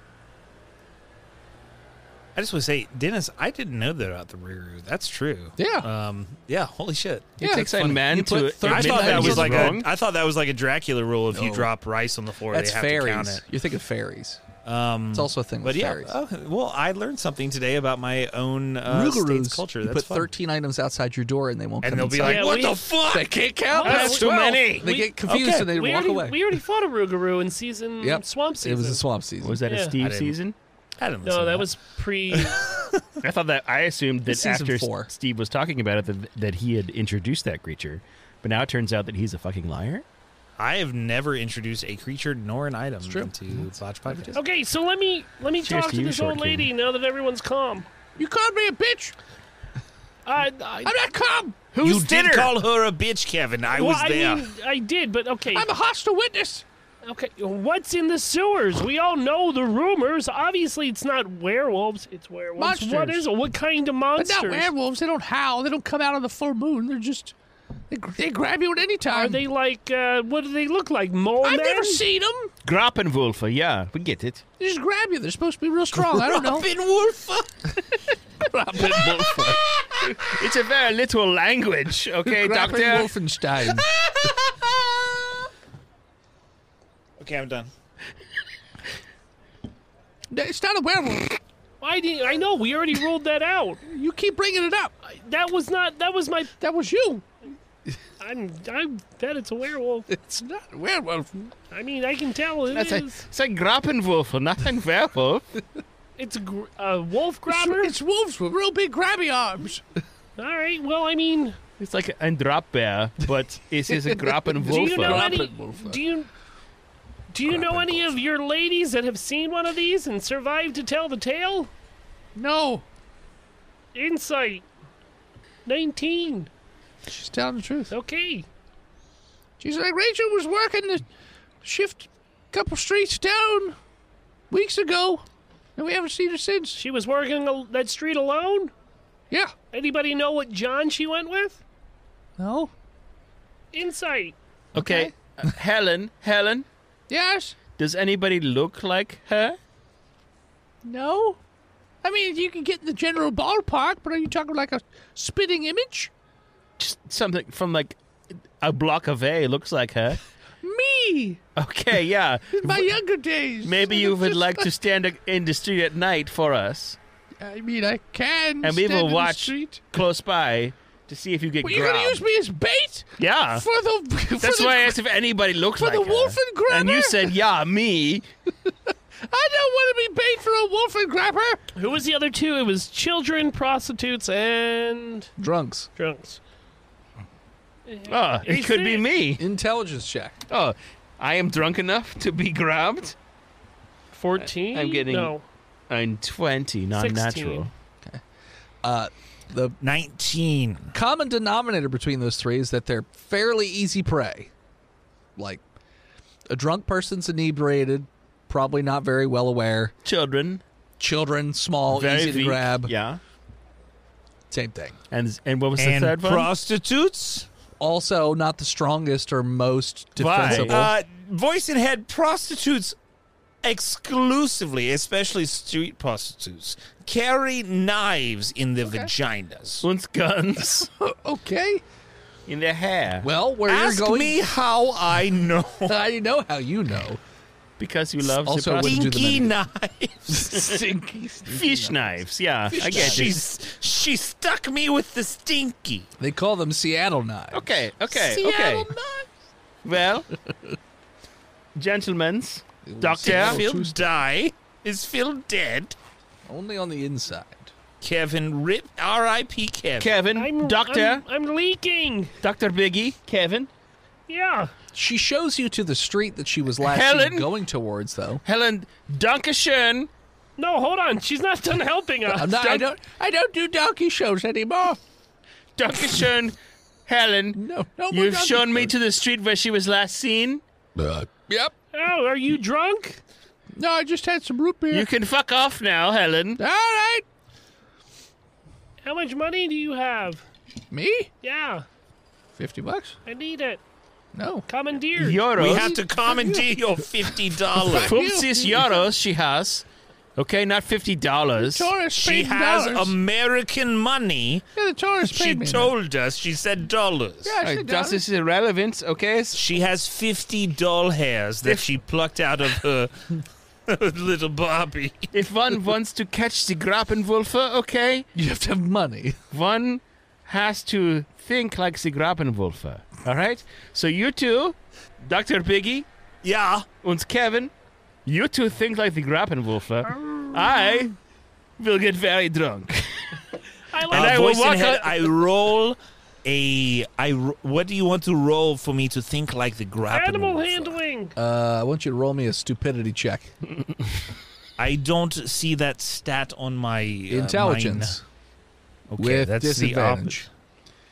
E: I just want to say, Dennis, I didn't know that about the Ruguru. That's true.
D: Yeah.
E: Um. Yeah. Holy shit.
F: it takes a man
D: You put
F: to.
D: 13
E: I
F: admit
E: thought that
F: he's
E: was like
F: wrong.
E: a. I thought that was like a Dracula rule. If you
D: No.
E: drop rice on the floor,
D: That's
E: they have to count
D: fairies.
E: it.
D: You're thinking fairies.
E: Um.
D: It's also a thing
E: But
D: with
E: yeah. uh,
D: fairies.
E: okay, well, I learned something today about my own uh, state's
D: Rougarous,
E: culture.
D: You
E: That's
D: put
E: fun.
D: 13 items outside your door and they won't
E: and
D: come
E: they'll be
D: inside.
E: like, "Ah,
B: Yeah,
E: "What
B: we-
E: the
D: [laughs]
E: fuck?"
D: they can't count.
B: That's
D: past
B: too
D: 12.
F: many.
D: They
B: We-
D: get confused
E: okay,
D: and they
B: we
D: walk
B: already
D: away.
B: we already fought a Rougarou in season
D: Yep.
B: swamp season.
D: It was a swamp season.
F: Was that
B: Yeah.
F: a
B: I
F: Steve
E: didn't-
F: season?
E: I didn't listen
B: no,
E: to
B: that was pre.
F: I thought that I assumed that
D: Season
F: after
D: four.
F: Steve was talking about it that, that he had introduced that creature, but now it turns out that he's a fucking liar.
E: I have never introduced a creature nor an item into
D: Mm-hmm.
E: Botch Podcast.
B: okay, so let me let me
F: Cheers
B: talk
F: to
B: to,
F: you,
B: this
F: short
B: old lady
F: king.
B: now that everyone's calm.
G: You called me a bitch.
B: I, I,
G: I'm not calm.
E: You
F: Who's
E: did
F: thinner?
E: call her a bitch, Kevin. I
B: well,
E: was
B: I
E: there.
B: mean, I did, but okay,
G: I'm a hostile witness.
B: okay. What's in the sewers? We all know the rumors. Obviously, it's not werewolves. It's werewolves. What
G: Monsters.
B: is it? What kind of
G: But
B: monsters?
G: not werewolves. They don't howl. They don't come out on the full moon. They're just they, gr- they grab you at any time.
B: Are they like? Uh, what do they look like? Mole
G: I've
B: men?
G: never seen them.
F: Grappenwolfer, yeah, we get it.
G: They just grab you. They're supposed to be real strong. I
E: [laughs]
G: don't know.
D: [laughs]
F: Grappenwolfer. it's a very little language, okay,
D: Grappling
F: Doctor?
D: Wolfenstein.
E: Okay, I'm done.
G: No, It's not a werewolf.
B: I didn't. I know. We already ruled that out.
G: You keep bringing it up.
B: That was not. That was my.
G: That was you.
B: I'm. I bet it's a werewolf.
G: It's not a werewolf.
B: I mean, I can tell it
F: That's a,
B: is.
F: it's a Grappenwolfer, not a werewolf.
B: It's a gr- a wolf
G: It's,
B: grabber.
G: it's wolves with real big grabby arms.
B: All right. Well, I mean,
F: It's like a drop bear, but it is a Grappenwolfer.
B: do you know any?
D: Grappenwolfer.
B: Do you do you know any of your ladies that have seen one of these and survived to tell the tale?
G: No,
B: Insight. Nineteen.
G: she's telling the truth.
B: Okay.
G: She's like, Rachel was working the shift a couple streets down weeks ago, and we haven't seen her since.
B: She was working al- that street alone.
G: Yeah.
B: Anybody know what John she went with?
G: No.
B: Insight.
F: Okay, uh, Helen, Helen,
G: Yes.
F: does anybody look like her?
G: No. I mean, you can get in the general ballpark, but are you talking like a spitting image?
F: Just something from like a block away looks like her.
G: Me,
F: Okay,
G: [laughs]
F: yeah.
G: in my younger days.
F: Maybe
G: It
F: you
G: was
F: would
G: just
F: like to stand a- in the street at night for us,
G: I mean, I can.
F: and we
G: stand
F: will
G: in the
F: watch
G: street.
F: close by to see if you get
G: Well, [laughs] you're gonna
F: grabbed.
G: use me as bait
F: yeah,
G: for the. [laughs] For
F: that's
G: the,
F: why I asked if anybody looked
G: for
F: like
G: the
F: her.
G: wolf and
F: And you
G: grabber?
F: said, "Yeah, me."
G: I don't want to be bait for a wolf and grabber.
B: Who was the other two? It was children, prostitutes, and
D: Drunks.
B: drunks.
F: Oh, it
B: Is
F: could be
B: it-
F: me.
D: Intelligence check.
F: Oh, I am drunk enough to be grabbed.
B: 14?
F: I'm getting-
B: No.
F: I'm 20, not
B: 16.
F: natural.
D: the
E: 19.
D: common denominator between those three is that they're fairly easy prey. Like a drunk person's inebriated, probably not very well aware.
F: Children.
D: Children, small,
F: Very
D: easy to
F: weak.
D: grab.
F: Yeah.
D: Same thing.
F: And and what was
E: And
F: the third one?
E: prostitutes?
D: Also, not the strongest or most
F: Why?
D: defensible.
E: Uh, voice and head prostitutes exclusively, especially street prostitutes, carry knives in their vaginas.
F: Und guns [laughs]
D: okay.
F: in their hair.
D: Well, where
E: Ask
D: you're going,
E: me how I know.
D: [laughs] I know how you know.
F: because you love the
D: also [laughs] wouldn't
F: prostitute.
D: do the
E: Pinky
D: menu.
E: knives.
F: [laughs]
D: Stinky.
F: fish knives. Yeah, I get it.
E: She's, she stuck me with the stinky.
D: They call them Seattle knives.
F: Okay, okay, okay. [laughs] Well, gentlemen, doctor,
D: Seattle.
E: Phil die. Is Phil dead?
D: Only on the inside.
E: Kevin rip R.I.P. Kevin.
F: Kevin,
B: I'm
F: doctor,
B: I'm, I'm leaking.
F: Doctor Biggie, Kevin,
B: Yeah.
D: She shows you to the street that she was last
F: Helen?
D: seen going towards, though.
F: Helen, Dankeschön.
B: No, hold on. She's not done helping us.
F: [laughs]
D: I'm not, I don't. I don't do donkey shows anymore.
B: [laughs]
F: Dankeschön, Helen.
D: No, no more.
F: You've
D: donkey
F: shown me
D: shows.
F: to the street where she was last seen.
D: Yep.
B: Oh, are you drunk?
G: No, I just had some root beer.
F: You can fuck off now, Helen.
G: All right.
B: How much money do you have?
D: Me?
B: Yeah,
D: Fifty bucks?
B: I need it.
D: No.
B: Commandeer.
E: We
F: Euros.
E: have to commandeer your fifty dollars.
F: Fumsis euros she has. Okay, not fifty dollars.
G: Taurus
E: She
G: paid me
E: has
G: dollars.
E: American money.
G: yeah, the Taurus
E: She
G: paid me.
E: told us. She said dollars.
G: yeah, I said
F: Does
G: dollars.
F: this is irrelevant? Okay,
E: She has fifty doll hairs that she plucked out of her [laughs] little Barbie.
F: [laughs] If one wants to catch the Grappenwolfe, okay,
D: You have to have money.
F: one has to think like the Grappenwolfe. All right? So you two, Dr. Biggie
E: Yeah.
F: and Kevin, you two think like the Grappenwolfe. I will get very drunk. [laughs]
B: I
E: Uh,
B: like
F: I will
E: voice in
F: walk
E: head,
F: out-
E: I roll a. I. ro- What do you want to roll for me to think like the grapple?
B: animal handling.
D: Uh, I want you to roll me a stupidity check.
F: Uh,
E: I don't see that stat on my uh,
D: Intelligence
E: mine. Okay,
D: with
E: that's the op-
D: disadvantage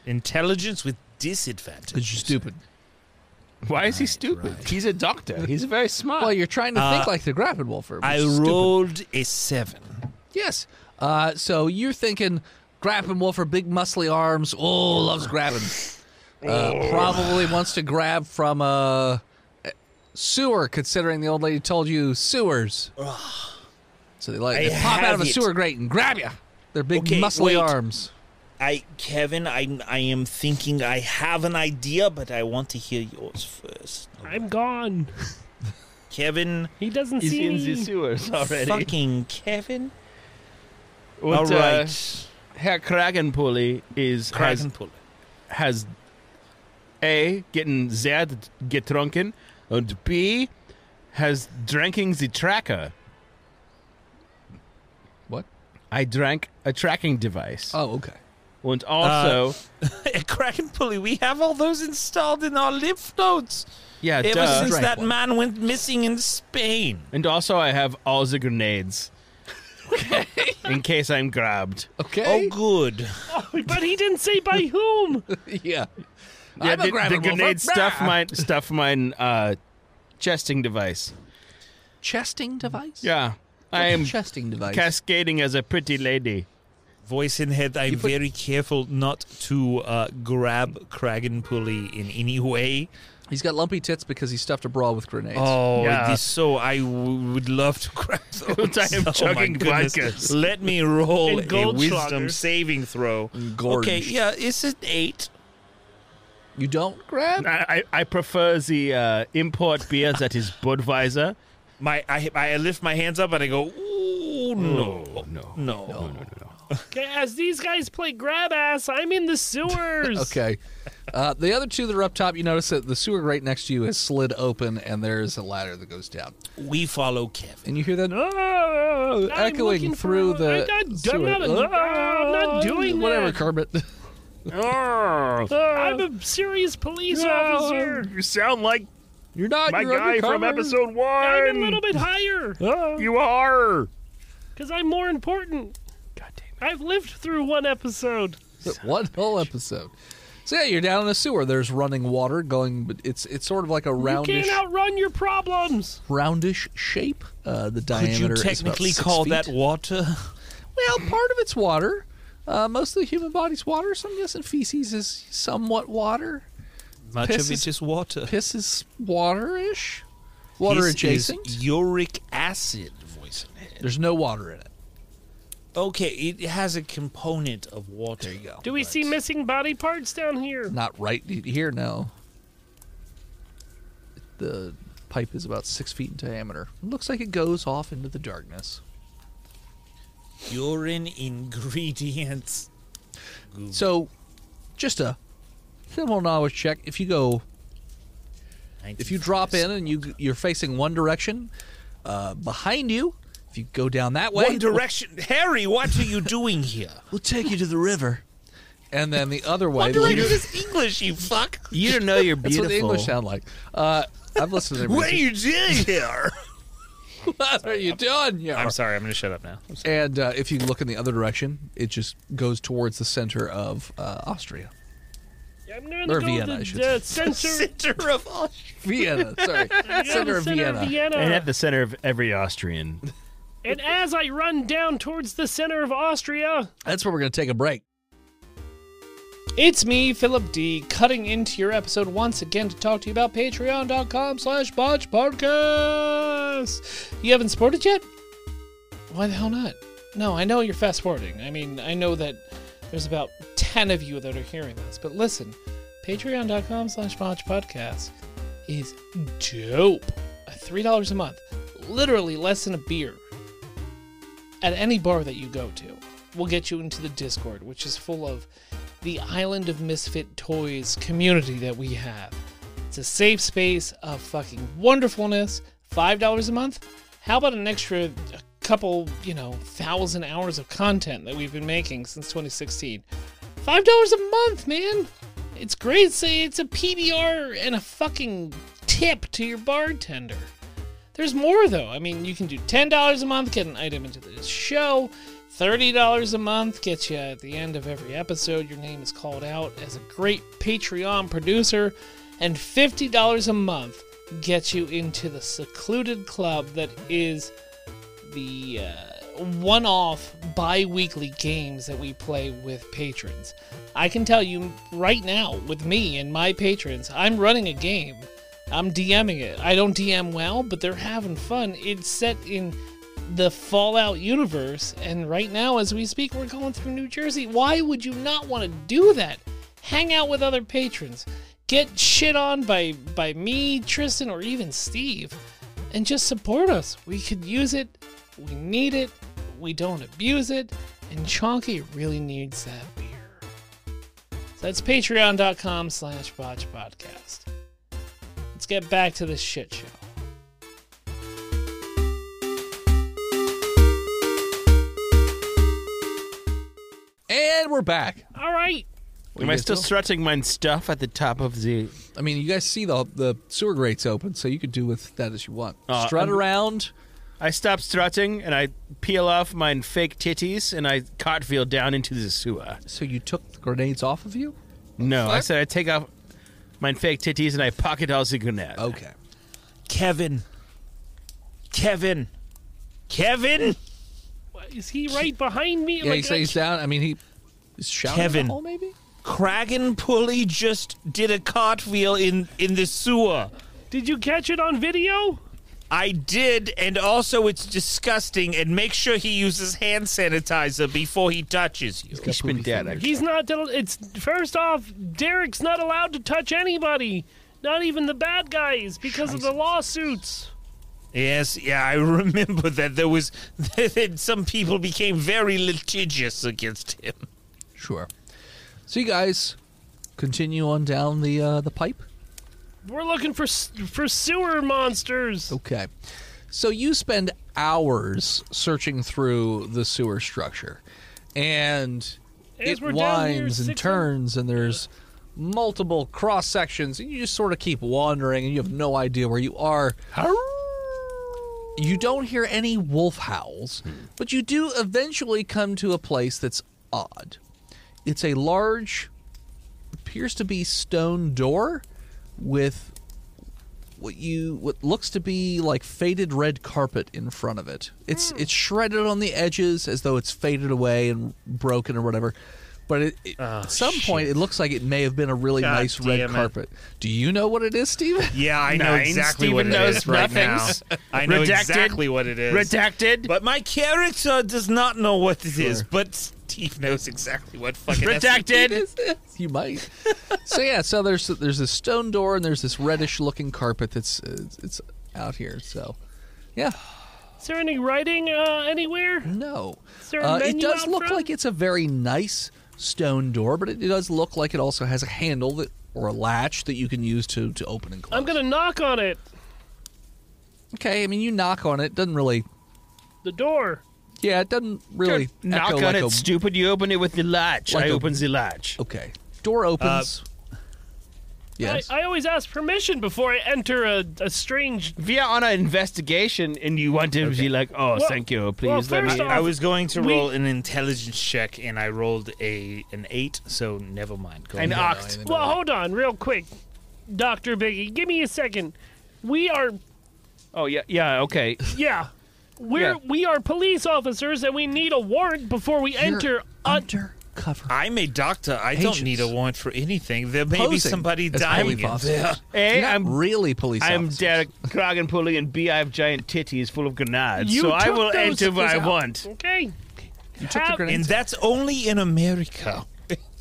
E: Intelligence with disadvantage.
D: because you're stupid.
F: Why is he stupid? He's a doctor. He's very smart.
D: Well, you're trying to think
E: Uh,
D: like the grappling wolfer. which
E: I
D: is stupid.
E: rolled a seven.
D: Yes. Uh, so you're thinking grappling wolfer, big muscly arms. Oh, loves grabbing. Uh,
E: Oh.
D: probably wants to grab from a sewer, considering the old lady told you sewers. So they like
E: I
D: they pop out of a
E: have it.
D: sewer grate and grab you. Their big
E: Okay,
D: muscly
E: wait.
D: arms.
E: I, Kevin, I, I am thinking I have an idea, but I want to hear yours first.
B: I'm gone.
E: Kevin,
B: He doesn't
F: He's
B: see
F: in the
B: me.
D: [laughs]
F: sewers already.
E: fucking Kevin.
F: [laughs] And,
E: All right,
F: Uh, Herr Kragenpulli is has
E: [laughs] Kragenpulli.
F: has A, getting sehr d- getrunken, and B, has drinking the tracker.
D: What?
F: I drank a tracking device.
D: Oh, Uh, okay.
F: and also,
E: At Kraken Pulley, we have all those installed in our lymph nodes.
F: yeah,
E: Ever
F: duh.
E: since
D: Drank
E: that
D: one.
E: man went missing in Spain.
F: and also I have all the
D: [laughs]
F: grenades. In case I'm grabbed.
E: Oh,
D: Okay. [laughs]
E: good.
B: But he didn't say by whom.
F: yeah,
D: yeah. I'm a
F: the, the
D: grappling
F: grenade
D: wolfer.
F: stuff
D: Brah.
F: mine stuff mine uh chesting device.
D: chesting device.
F: Yeah. I am
D: chesting device.
F: cascading as a pretty lady.
E: Voice in head, I'm
D: put-
E: very careful not to uh, grab Kraken Pulley in any way.
D: He's got lumpy tits because he stuffed a bra with grenades.
E: Oh,
F: Yeah.
E: this so I w- would love to [laughs] grab those.
F: I
D: [laughs]
F: am
E: [laughs] Oh, my
F: chugging
E: goodness.
F: vodkas.
E: Let me roll
B: And
E: a
B: Goldschlager.
E: wisdom saving throw.
D: Gorged.
E: Okay, yeah, it's an eight.
D: You don't grab.
F: I, I I prefer the uh, import beer that is Budweiser.
E: My I I lift my hands up and I go, ooh, no,
F: Oh, no.
E: no.
B: Okay, As these guys play grab ass, I'm in the sewers.
D: [laughs] Okay. Uh, the other two that are up top, you notice that the sewer grate next to you has slid open, and there is a ladder that goes down.
E: We follow Kevin.
D: And you hear that "Oh,"
B: Ah, I'm
D: echoing
B: looking
D: through
B: for-
D: the
B: I'm not- I'm
D: sewer. Ah,
B: not- I'm not doing
D: whatever, Ah.
B: that.
D: Kermit. [laughs] Oh.
B: I'm a serious police
D: Ah.
B: officer.
F: You sound like
D: You're not
F: my
D: you're
F: guy from
D: undercover.
F: episode
B: I'm a
F: one.
D: Ah.
B: little bit higher
F: You are.
B: because I'm more important.
F: God damn
B: I've lived through one episode.
D: One whole episode. So yeah, you're down in a sewer. There's running water going, but it's it's sort of like a
B: You
D: roundish
B: can't outrun your problems.
D: roundish shape. Uh, the
E: Could
D: diameter
E: you
D: is about
E: technically
D: six
E: call
D: feet.
E: that water? [laughs]
D: Well, part of it's water. Uh, most of the human body's water. So I'm guessing feces is somewhat water.
E: Much
D: Piss
E: of
D: is-
E: it is water.
D: Piss is water-ish. Water
E: This
D: adjacent.
E: Is uric acid voice. in it.
D: There's no water in it.
E: Okay, it has a component of water. There you go.
B: Do we see missing body parts down here?
D: Not right here now. The pipe is about six feet in diameter. Looks like it goes off into the darkness.
E: urine ingredients?
D: So, just a simple knowledge check. If you go, if you drop in and you you're facing one direction, uh, behind you, if you go down that way,
E: One Direction, Harry, what are you doing here?
D: we'll take you to the river. And then the other way,
E: One Direction is English, you fuck.
F: [laughs] You don't know you're
D: [laughs] that's
F: beautiful.
D: what the English sound like. Uh, I've listened to their
E: What are
D: music.
E: you doing here?
D: What are you doing? here?
E: I'm sorry, I'm gonna shut up now.
D: And uh, if you look in the other direction, it just goes towards the center of uh, Austria.
B: I'm gonna
D: Or
B: go
D: Vienna, I
B: to
D: should
B: the
D: [laughs]
B: center,
E: Center of all.
D: Vienna, sorry. center of
B: center
D: Vienna.
B: of Vienna.
C: And at the center of every Austrian.
B: And as I run down towards the center of Austria,
D: That's where we're going to take a break.
H: It's me, Philip D, cutting into your episode once again to talk to you about patreon.com slash botch podcast. You haven't supported yet? Why the hell not? No, I know you're fast forwarding. I mean, I know that there's about 10 of you that are hearing this, but listen, patreon.com slash botch podcast is dope. $3 a month, literally less than a beer at any bar that you go to will get you into the Discord, which is full of the Island of Misfit Toys community that we have. It's a safe space of fucking wonderfulness. $5 a month? How about an extra a couple, you know, thousand hours of content that we've been making since 2016? $5 a month, man! It's great. Say it's a PBR and a fucking tip to your bartender. There's more though. I mean, you can do ten dollars a month, get an item into the show. Thirty dollars a month gets you at the end of every episode. Your name is called out as a great Patreon producer, and fifty dollars a month gets you into the secluded club that is the uh, one-off bi-weekly games that we play with patrons. I can tell you right now, with me and my patrons, I'm running a game. I'm DMing it. I don't DM well, but they're having fun. It's set in the Fallout universe, and right now, as we speak, we're going through New Jersey. Why would you not want to do that? Hang out with other patrons, get shit on by by me, Tristan, or even Steve and just support us. We could use it, we need it, we don't abuse it, and Chonky really needs that beer. So that's patreon.com slash botch podcast. Let's get back to this shit show.
D: And we're back.
B: all right.
D: What
C: Am
D: [laughs] you
C: I
D: guys
C: still
D: doing?
C: strutting my stuff at the top of the.
D: I mean, you guys see the the sewer grates open, so you could do with that as you want.
C: Uh,
D: Strut
C: I'm-
D: around.
F: I stop strutting and I peel off mine fake titties and I cartwheel down into the sewer.
D: So you took the grenades off of you?
F: No, I said I take off mine fake titties and I pocket all the grenades.
D: Okay.
E: Kevin. Kevin. Kevin.
B: Is he right behind me?
D: Yeah, he
B: Like, I-
D: stays down. I mean, he is shouting at
E: Kevin.
D: the hole, maybe?
E: Kragan Pulley just did a cartwheel in in the sewer.
B: did you catch it on video?
E: I did, and also it's disgusting. And make sure he uses hand sanitizer before he touches you.
F: He's been dead. actually.
B: He's not. del- It's first off, Derek's not allowed to touch anybody, not even the bad guys, because of the lawsuits.
E: Yes, yeah, I [laughs] remember that there was [laughs] that some people became very litigious against him.
D: Sure. So you guys continue on down the uh, the pipe.
B: We're looking for s- for sewer monsters.
D: Okay. So you spend hours searching through the sewer structure, and
B: As
D: it
B: we're down here,
D: winds and
B: six-
D: turns, and there's multiple cross sections, and you just sort of keep wandering, and you have no idea where you are. You don't hear any wolf howls,
B: Hmm.
D: but you do eventually come to a place that's odd. It's a large, appears to be stone door with what you what looks to be like faded red carpet in front of it. It's it's shredded on the edges as though it's faded away and broken or whatever. But it, it- at some point, it looks like it may have been a really
E: Ah, God
D: nice red
E: damn it.
D: carpet. Do you know what it is,
E: [laughs]
D: Steven?
E: Yeah, I know
F: Nine.
E: exactly
F: Steven
E: what it
F: knows
E: is right now.
F: nothings.
E: [laughs] I know
F: Redacted.
E: exactly what it is.
F: Redacted.
E: But my character does not know what it is. but Steve knows exactly what fucking
F: Redacted.
D: [laughs] you might. so yeah, so there's there's this stone door and there's this reddish looking carpet that's uh, it's out here. So yeah,
B: Is there any writing uh, anywhere?
D: no,
B: there a
D: uh, it
B: menu
D: does
B: out
D: look
B: front?
D: like it's a very nice stone door, but it, it does look like it also has a handle that or a latch that you can use to to open and close.
B: I'm gonna knock on it.
D: okay. I mean, you knock on it, doesn't really.
B: The door.
D: Yeah, it doesn't really
F: Knock
D: echo
F: on
D: like
F: it,
D: a-
F: stupid. You open it with the latch.
D: Like
F: I
D: a-
F: open the latch.
D: okay, door opens. yes.
B: I, I always ask permission before I enter a, a strange.
F: We are on an investigation, and you want to be like, "Oh,
B: Well-
F: thank you, please
B: well,
F: let
B: first
F: me."
B: off-
E: I was going to
B: We-
E: roll an intelligence check and I rolled a an eight, so never mind. Go
F: An
E: ahead.
F: ox.
B: Well, hold on, real quick, Doctor Biggie. Give me a second. We are,
F: Oh yeah, yeah,
D: [laughs]
F: okay.
B: yeah, we're
F: Yeah.
B: we are police officers, and we need a warrant before we enter.
D: Um,
B: A,
D: undercover.
E: I'm a doctor. I
D: Agents.
E: don't need a warrant for anything. There may be
D: Posing
E: somebody
D: as
E: dying
D: police
E: in
D: officers.
E: there.
F: A,
D: Not
F: I'm
D: really police.
F: I'm
D: officers.
F: Derek Kragan pulling, and B, I have giant titties full of grenades,
B: You
F: so I
B: took
F: will
B: those
F: enter what I
B: out.
F: want.
B: okay.
D: You took the
B: Have-
D: grenades
E: And that's only in America.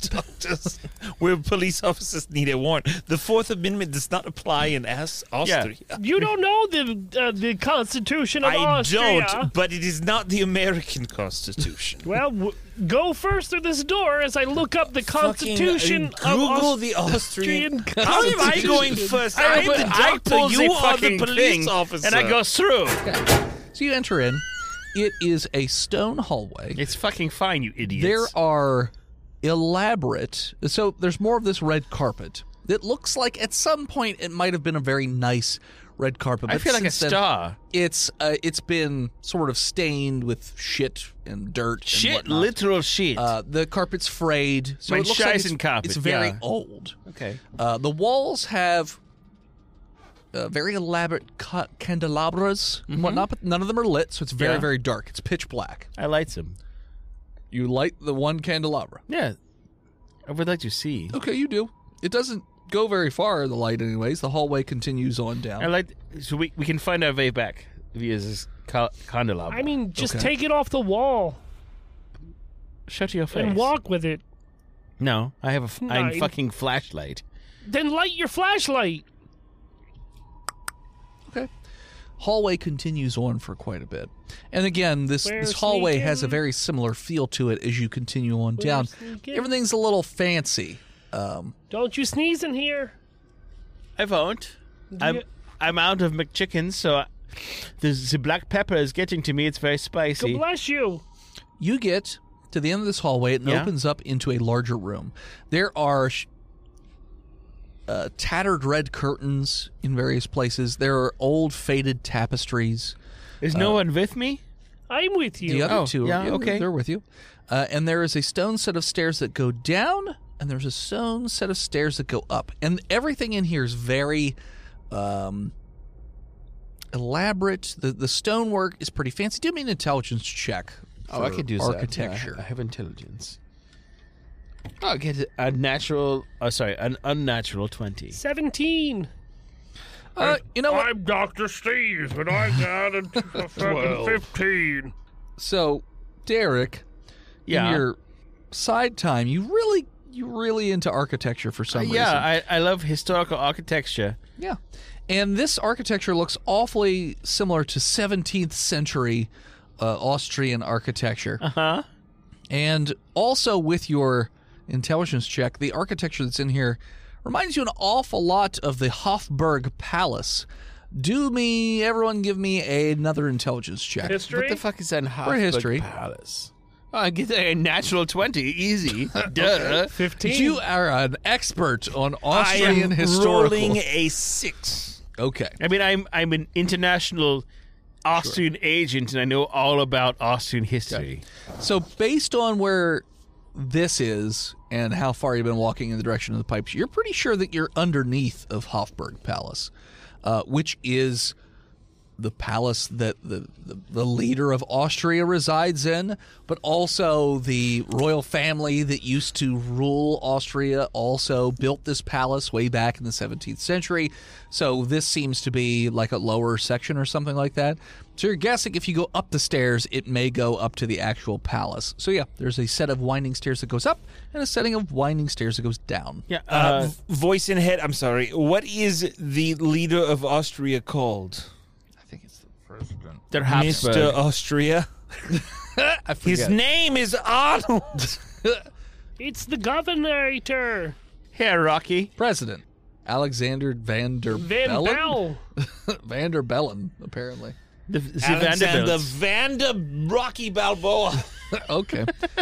E: [laughs] Doctors, where police officers need a warrant. The Fourth Amendment does not apply in Aus- Austria.
B: You don't know the uh, the Constitution of
E: I
B: Austria.
E: don't, but it is not the American Constitution.
B: [laughs] Well, w- go first through this door as I look up the Constitution
E: Fucking, uh, Google
B: of Austria.
E: the Austrian.
B: Austrian
E: How am I
B: Constitution.
E: going first?
F: I,
E: I'm
F: will-
E: the
F: I
E: doctor.
F: pull the
E: You are the
F: fucking
E: police
F: thing,
E: officer.
F: and I go through.
D: So you enter in. It is a stone hallway.
F: It's fucking fine, you idiots.
D: There are elaborate. So there's more of this red carpet. It looks like at some point it might have been a very nice red carpet.
F: I
D: but
F: feel like a
D: since then,
F: star.
D: It's uh, it's been sort of stained with shit and dirt. and
F: Shit,
D: whatnot.
F: literal shit.
D: Uh, the carpet's frayed, so
F: Mein
D: it looks like it's,
F: Scheißen carpet,
D: it's very
F: yeah.
D: old.
F: okay.
D: Uh, the walls have uh, very elaborate ca- candelabras and whatnot, but none of them are lit, so it's very,
F: Mm-hmm. Yeah.
D: very dark. It's pitch black.
F: I light some.
D: You light the one candelabra.
F: Yeah. I would like to see.
D: Okay, you do. It doesn't go very far, the light, anyways. The hallway continues on down.
F: I like. So we, we can find our way back via this ca- candelabra.
B: I mean, just
D: Okay.
B: take it off the wall
F: shut your face.
B: and walk with it.
F: No, I have a f- I'm
B: Nine.
F: fucking flashlight.
B: Then light your flashlight.
D: hallway continues on for quite a bit. And again, this,
B: We're
D: this hallway has a
B: sneaking.
D: very similar feel to it as you continue on down.
B: sneaking.
D: Everything's a little fancy.
B: Don't you sneeze in here.
F: I won't. I'm
B: you-
F: I'm out of McChicken, so I, the, the black pepper is getting to me. It's very
B: God
F: spicy.
B: bless you.
D: You get to the end of this hallway. It
F: Yeah.
D: opens up into a larger room. There are sh- uh, tattered red curtains in various places. There are old faded tapestries.
F: Is no one with me?
B: I'm with you.
D: The other
F: Oh,
D: two,
F: yeah,
D: they're-
F: okay.
D: they're with you. Uh, and there is a stone set of stairs that go down, and there's a stone set of stairs that go up. And everything in here is very um, elaborate. The the stonework is pretty fancy. Do me an intelligence check.
F: Oh, I
D: for
F: could do
D: architecture.
F: I have intelligence. I get a natural. Oh, sorry, an unnatural twenty.
B: 17.
D: Uh, you know what?
B: I'm Dr. Steve, and I got a fucking 15.
D: So, Derek,
F: Yeah,
D: in your side time, you really, you really into architecture for some reason.
F: yeah. I, I love historical architecture.
D: yeah. And this architecture looks awfully similar to 17th century uh, Austrian architecture. Uh huh.
E: Uh-huh.
D: And also with your intelligence check, the architecture that's in here reminds you an awful lot of the Hofburg Palace. Do me, everyone, give me another intelligence check.
B: History?
F: What the fuck is that?
D: For history.
F: palace. Oh, I get a natural twenty, [laughs] easy. Duh.
B: 15.
D: You are an expert on
E: I am
D: Austrian historical.
E: rolling a six.
D: Okay.
F: I mean, I'm I'm an international Austrian agent and I know all about Austrian history.
D: So based on where this is and how far you've been walking in the direction of the pipes, you're pretty sure that you're underneath of Hofburg Palace, uh, which is the palace that the, the the leader of Austria resides in, but also the royal family that used to rule Austria also built this palace way back in the 17th century. So this seems to be like a lower section or something like that. So you're guessing if you go up the stairs, it may go up to the actual palace. So yeah, there's a set of winding stairs that goes up and a setting of winding stairs that goes down.
F: Yeah.
E: Uh, v- voice in head. I'm sorry. What is the leader of Austria called?
D: I think it's
F: they're
E: Mr. Austria.
D: I
E: His
D: forget.
E: name
B: [laughs]
E: is Arnold.
B: It's the governator,
F: Here, Rocky.
D: president Alexander Van der
B: Van
D: Bellen?
B: Bell.
D: Van der Bellen, apparently.
F: The, the
E: Alexander
F: Vanderbilts.
E: Vander Rocky Balboa.
D: okay. [laughs]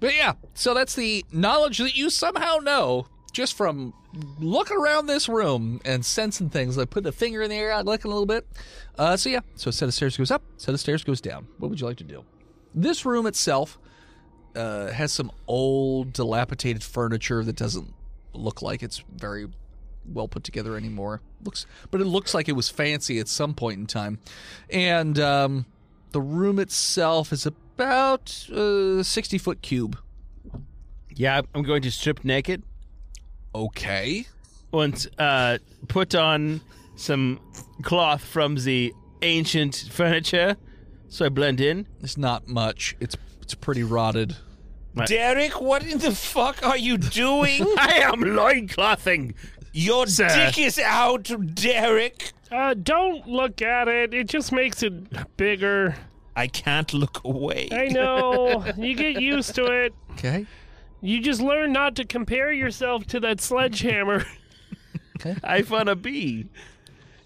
D: but yeah, so that's the knowledge that you somehow know just from looking around this room and sensing things, like putting a finger in the air, looking a little bit. Uh, so yeah, so a set of stairs goes up, set of stairs goes down. What would you like to do? This room itself uh, has some old, dilapidated furniture that doesn't look like it's very well put together anymore. Looks, but it looks like it was fancy at some point in time, and um, the room itself is about uh, sixty foot cube.
F: Yeah, I'm going to strip naked
D: Okay.
F: and uh, put on some cloth from the ancient furniture so I blend in.
D: It's not much. It's it's pretty rotted.
E: Derek, what in the fuck are you doing?
F: [laughs] I am loinclothing.
E: Your dick is out, Derek.
B: Uh, don't look at it. It just makes it bigger.
E: I can't look away.
B: I
E: [laughs]
B: know. you get used to it.
D: Okay.
B: You just learn not to compare yourself to that sledgehammer. [laughs]
F: I found a bee.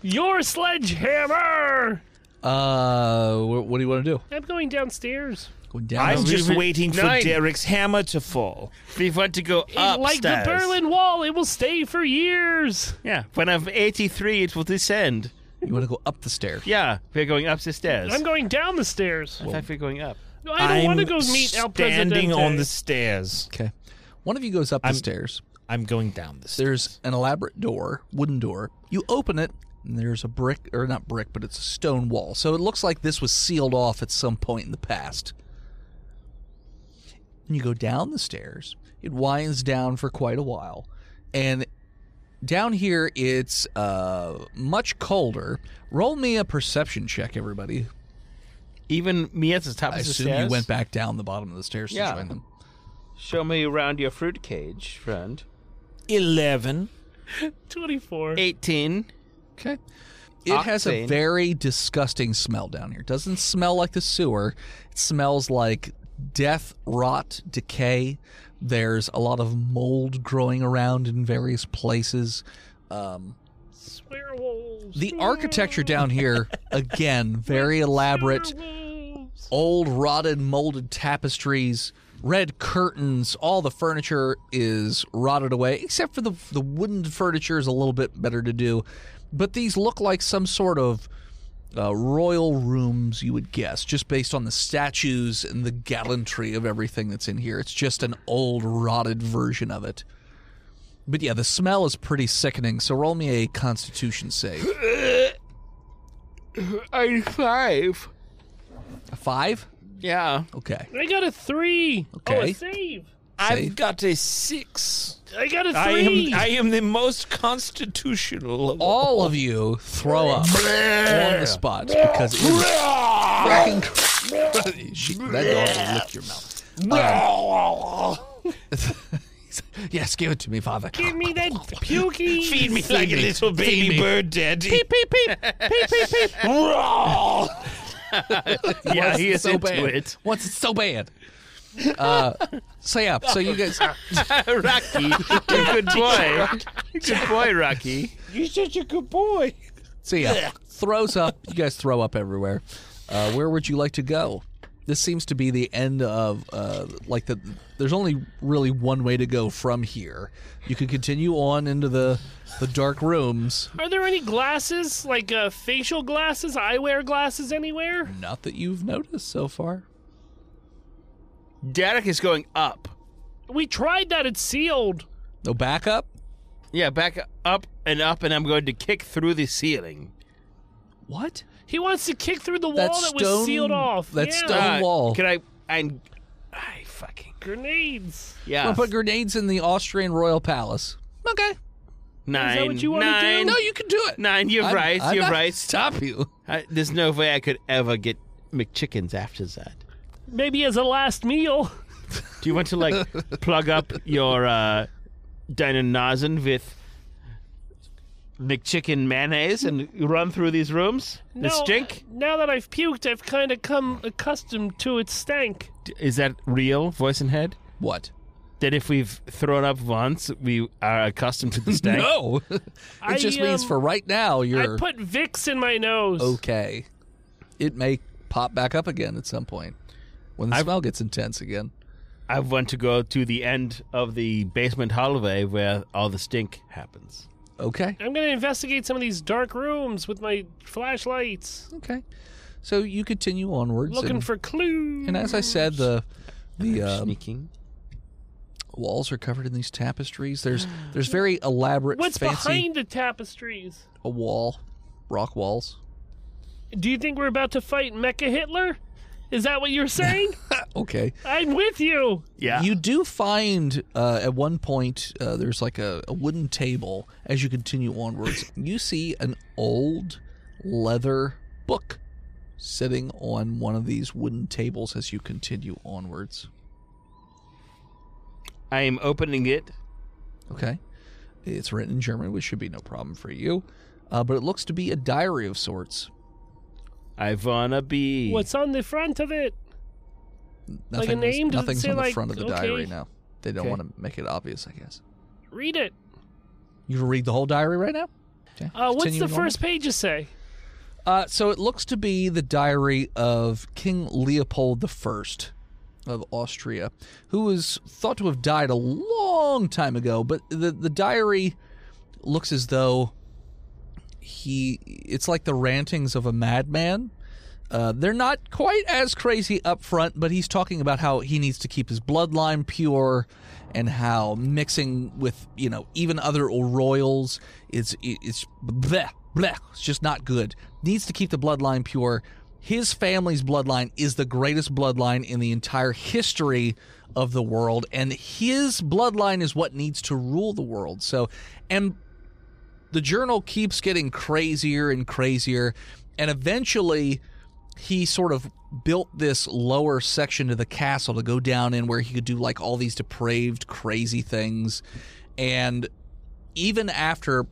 B: Your sledgehammer!
D: Uh, wh- what do you want to do?
B: I'm going downstairs.
D: Go down.
E: I'm
D: the-
E: just
F: Nine.
E: waiting for Derek's hammer to fall.
F: We want to go
B: It-
F: upstairs.
B: Eh, Like the Berlin Wall, it will stay for years.
F: Yeah, when I'm 83, it will descend.
D: you want to go up the stairs?
F: Yeah, we're going up the stairs.
B: I'm going down the stairs.
F: In fact, we're going up.
B: No, I don't
E: am
B: want to go meet El Presidente.
E: standing on the stairs.
D: Okay. One of you goes up the stairs.
E: I'm going down the stairs.
D: There's an elaborate door, wooden door. You open it, and there's a brick, or not brick, but it's a stone wall. So it looks like this was sealed off at some point in the past. And you go down the stairs. It winds down for quite a while. And down here, it's uh, much colder. Roll me a perception check, everybody.
F: Even me at the top
D: I
F: of the
D: assume
F: stairs.
D: you went back down the bottom of the stairs
F: Yeah.
D: to join them.
F: Show me around your fruit cage, friend.
E: 11.
B: 24.
F: 18.
D: Okay. It has a
F: Octane.
D: very disgusting smell down here. Doesn't smell like the sewer. It smells like death, rot, decay. There's a lot of mold growing around in various places. Um,
B: Swear wolves.
D: the architecture down here, again, very elaborate.
B: Swear wolves.
D: Old, rotted, molded tapestries, red curtains. All the furniture is rotted away, except for the the wooden furniture is a little bit better to do. But these look like some sort of uh, royal rooms, you would guess, just based on the statues and the gallantry of everything that's in here. It's just an old, rotted version of it. But yeah, the smell is pretty sickening. So roll me a Constitution save.
F: I'm five.
D: A five?
F: Yeah.
D: Okay.
B: I got a 3. Oh,
D: Okay.
B: a save.
E: I've got a 6.
B: I got a 3.
E: I am, I am the most constitutional of all.
F: Oh.
D: all of you throw up on the spot because it is fucking crazy. [laughs] She- that dog will lick your mouth.
F: [laughs]
D: Um, yes, give it to me, Father.
B: Give me that pukey.
E: Feed me like a little baby bird, Daddy. Peep, peep, peep. Peep, peep, peep.
F: Yeah, he is
D: so
F: into
D: bad.
F: it.
D: Once it's so bad. Uh, so yeah, so
F: [laughs]
D: you
F: [laughs]
D: guys,
F: Rocky,
B: [laughs]
F: good boy. Good boy, Rocky.
D: so yeah, throws up. You guys throw up everywhere. Uh, where would you like to go? this seems to be the end of uh, like the. There's only really one way to go from here. You can continue on into the the dark rooms.
B: Are there any glasses, like uh, facial glasses, eyewear glasses anywhere?
D: Not that you've noticed so far.
F: Derek is going up.
B: We tried that, it's sealed.
D: No backup.
F: Yeah, back up and up, and I'm going to kick through the ceiling.
D: What?
B: He wants to kick through the wall
D: That
B: that,
D: stone-
B: was sealed off.
D: that
B: yeah.
D: stone- The wall.
F: Uh, Can I? I'm. I fucking.
B: Grenades.
F: Yeah.
D: I'll put grenades in the Austrian royal palace. Okay.
F: nine.
B: that what you wanna do?
F: nine.
D: No, you can do it.
F: Nine. You're
D: I'm-
F: right.
D: I'm
F: you're
D: not
F: right.
D: Stop you.
F: I, there's no way I could ever get McChickens after that.
B: Maybe as a last meal.
F: Do you want to [laughs] like plug up your uh, Nasen with McChicken mayonnaise and run through these rooms? the
B: Now-
F: stink
B: Now that I've puked, I've kind of come accustomed to its stank.
F: is that real? Voice and head.
D: What?
F: That if we've thrown up once, we are accustomed [laughs] to the stank.
D: No. [laughs] it
B: I,
D: just means
B: um,
D: for right now
B: I
D: you're
B: put Vicks in my nose.
D: okay. It may pop back up again at some point when the
F: I've-
D: smell gets intense again.
F: I want to go to the end of the basement hallway where all the stink happens.
D: Okay.
B: I'm gonna investigate some of these dark rooms with my flashlights,
D: Okay. So you continue onwards.
B: looking
D: and,
B: for clues.
D: and as I said, the the um,
F: Sneaking.
D: walls are covered in these
B: [gasps]
D: tapestries. There's there's very elaborate
B: What's
D: fancy
B: behind the tapestries?
D: a wall, rock walls.
B: Do you think we're about to fight Mecha Hitler? Is that what you're
D: [laughs]
B: saying?
D: Okay.
B: I'm with you.
F: Yeah.
D: You do find uh, at one point uh, there's like a, a wooden table as you continue
F: [laughs]
D: onwards. you see an old leather book sitting on one of these wooden tables as you continue onwards.
F: I am opening it.
D: Okay. It's written in German, which should be no problem for you. Uh, but it looks to be a diary of sorts.
F: I wanna be.
B: What's on the front of it? Like a
D: Nothing was-
B: name? Does it
D: nothing's
B: say,
D: on the
B: like,
D: front of the
B: okay?
D: diary now. They don't
F: Okay.
D: want to make it obvious, I guess.
B: Read it.
D: You can read the whole diary right now? Okay.
B: Uh, what's the
D: Continuing onwards.
B: first page say?
D: Uh, so it looks to be the diary of King Leopold I of Austria, who was thought to have died a long time ago. But the the diary looks as though he it's like the rantings of a madman. Uh, they're not quite as crazy up front, but he's talking about how he needs to keep his bloodline pure and how mixing with, you know, even other royals is it's bleh, bleh, it's just not good. Needs to keep the bloodline pure. His family's bloodline is the greatest bloodline in the entire history of the world, and his bloodline is what needs to rule the world. So, and the journal keeps getting crazier and crazier and eventually he sort of built this lower section of the castle to go down in where he could do like all these depraved crazy things and even after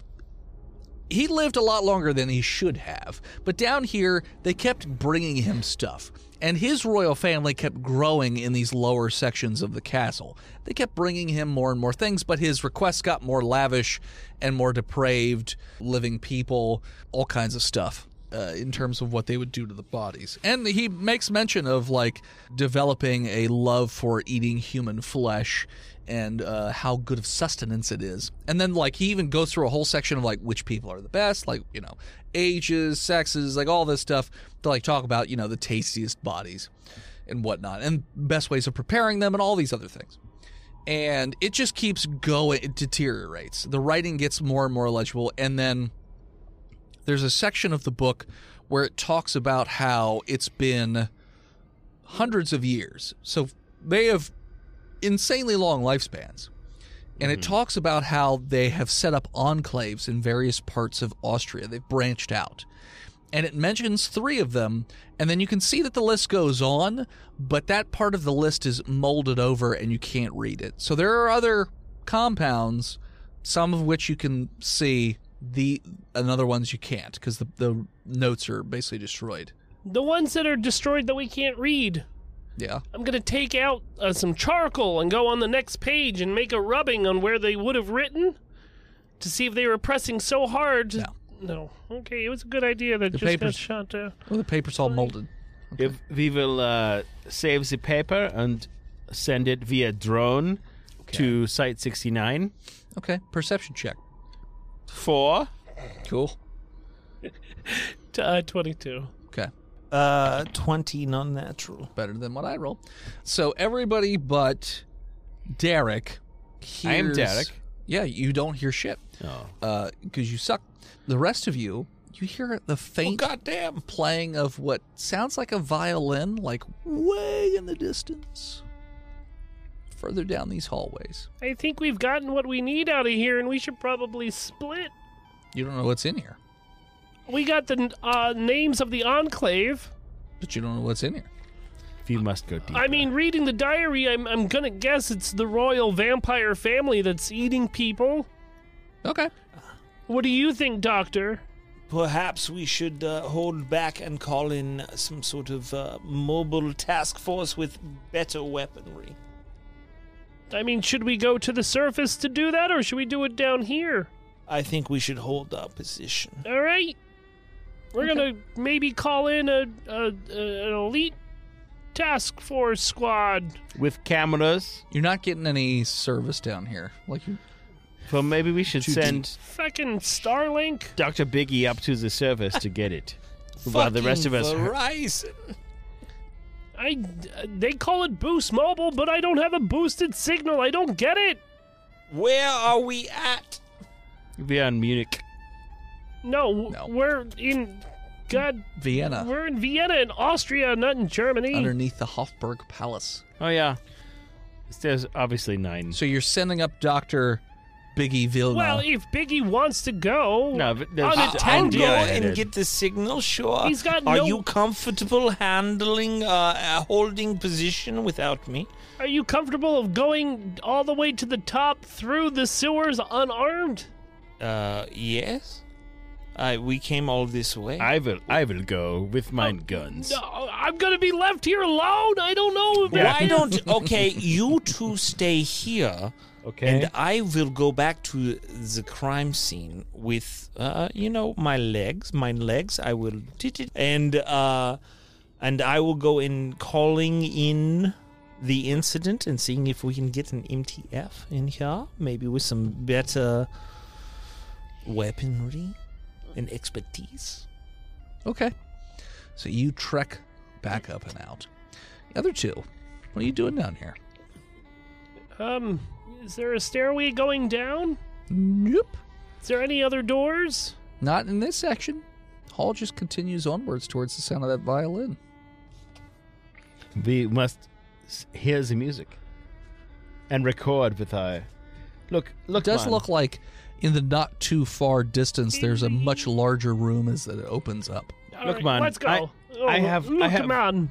D: he lived a lot longer than he should have but down here they kept bringing him stuff and his royal family kept growing in these lower sections of the castle they kept bringing him more and more things but his requests got more lavish and more depraved living people all kinds of stuff uh, in terms of what they would do to the bodies. And he makes mention of like developing a love for eating human flesh and uh, how good of sustenance it is. And then like he even goes through a whole section of like which people are the best, like you know, ages, sexes, like all this stuff to like talk about you know the tastiest bodies and whatnot and best ways of preparing them and all these other things and it just keeps going it deteriorates the writing gets more and more legible and then there's a section of the book where it talks about how it's been hundreds of years so they have insanely long lifespans and it talks about how they have set up enclaves in various parts of austria they've branched out and it mentions three of them. And then you can see that the list goes on, but that part of the list is molded over and you can't read it. So there are other compounds, some of which you can see, the and other ones you can't because the, the notes are basically destroyed.
B: The ones that are destroyed that we can't read.
D: Yeah.
B: I'm gonna take out uh, some charcoal and go on the next page and make a rubbing on where they would have written to see if they were pressing so hard. to- No. Okay, it was a good idea that just got
D: papers-
B: shot down.
D: Well, the paper's all molded.
F: If we will uh, save the paper and send it via drone to Site 69
D: Okay. Perception check.
F: for
D: Cool.
B: T- Uh, 22.
D: Okay.
E: Uh, 20 non natural.
D: Better than what I roll. So everybody but Derek. Hears,
F: I am Derek.
D: Yeah, you don't hear shit.
F: Oh.
D: Because you suck. The rest of you, you hear the faint
A: Goddamn.
D: playing of what sounds like a violin, like way in the distance, further down these hallways.
B: I think we've gotten what we need out of here, and we should probably split.
D: You don't know what's in here,
B: We got the uh, names of the enclave.
D: but you don't know what's in here.
F: We must go deep.
B: I mean, reading the diary, I'm, I'm gonna guess it's the royal vampire family that's eating people.
D: Okay.
B: What do you think, Doctor?
E: Perhaps we should uh, hold back and call in some sort of uh, mobile task force with better weaponry.
B: I mean, should we go to the surface to do that, or should we do it down here?
E: I think we should hold our position.
B: All right. We're gonna maybe call in a, a, a an elite task force squad.
F: with cameras.
D: You're not getting any service down here. Like you,
F: Well, maybe we should
D: Too
F: send
B: Fucking Starlink.
F: Dr. Biggie up to the surface to
B: [laughs]
F: get it. While the rest of us.
E: Verizon.
B: I they call it Boost Mobile, but I don't have a boosted signal. I don't get it.
E: Where are we at?
F: [laughs] We are in Munich.
B: No, w-
D: No.
B: we're in God.
D: Vienna,
B: We're in Vienna and Austria, not in Germany.
D: underneath the Hofburg Palace.
F: Oh, yeah. There's obviously nine.
D: So you're sending up Doctor Biggie Vilna.
B: well, if Biggie wants to go,
F: No, but there's
E: I'll
B: unattended,
E: go
F: Yeah, it
E: and
F: is.
E: get the signal. Sure.
B: He's got
E: Are
B: no-
E: you comfortable handling uh, a holding position without me?
B: are you comfortable of going all the way to the top through the sewers unarmed?
E: Uh, yes. I we came all this way.
F: I will. I will go with mine guns.
B: No, Uh, I'm gonna be left here alone. I don't know. man.
E: Why don't okay? You two stay here,
F: Okay.
E: and I will go back to the crime scene with uh, you know, my legs, my legs. I will tit- tit- and uh, and I will go in calling in the incident and seeing if we can get an MTF in here, maybe with some better weaponry and expertise.
D: okay. So you trek back up and out. The other two, what are you doing down here?
B: Um, is there a stairway going down?
D: Nope.
B: Is there any other doors?
D: Not in this section. Hall just continues onwards towards the sound of that violin.
F: We must s- hear the music and record with our. Look, look.
D: It does
F: man.
D: look like in the not too far distance there's a much larger room as it opens up.
B: All
F: Look,
B: right,
F: man,
B: Let's go. Oh,
F: I- I have- I
B: Look,
F: have- [clears throat]
B: man.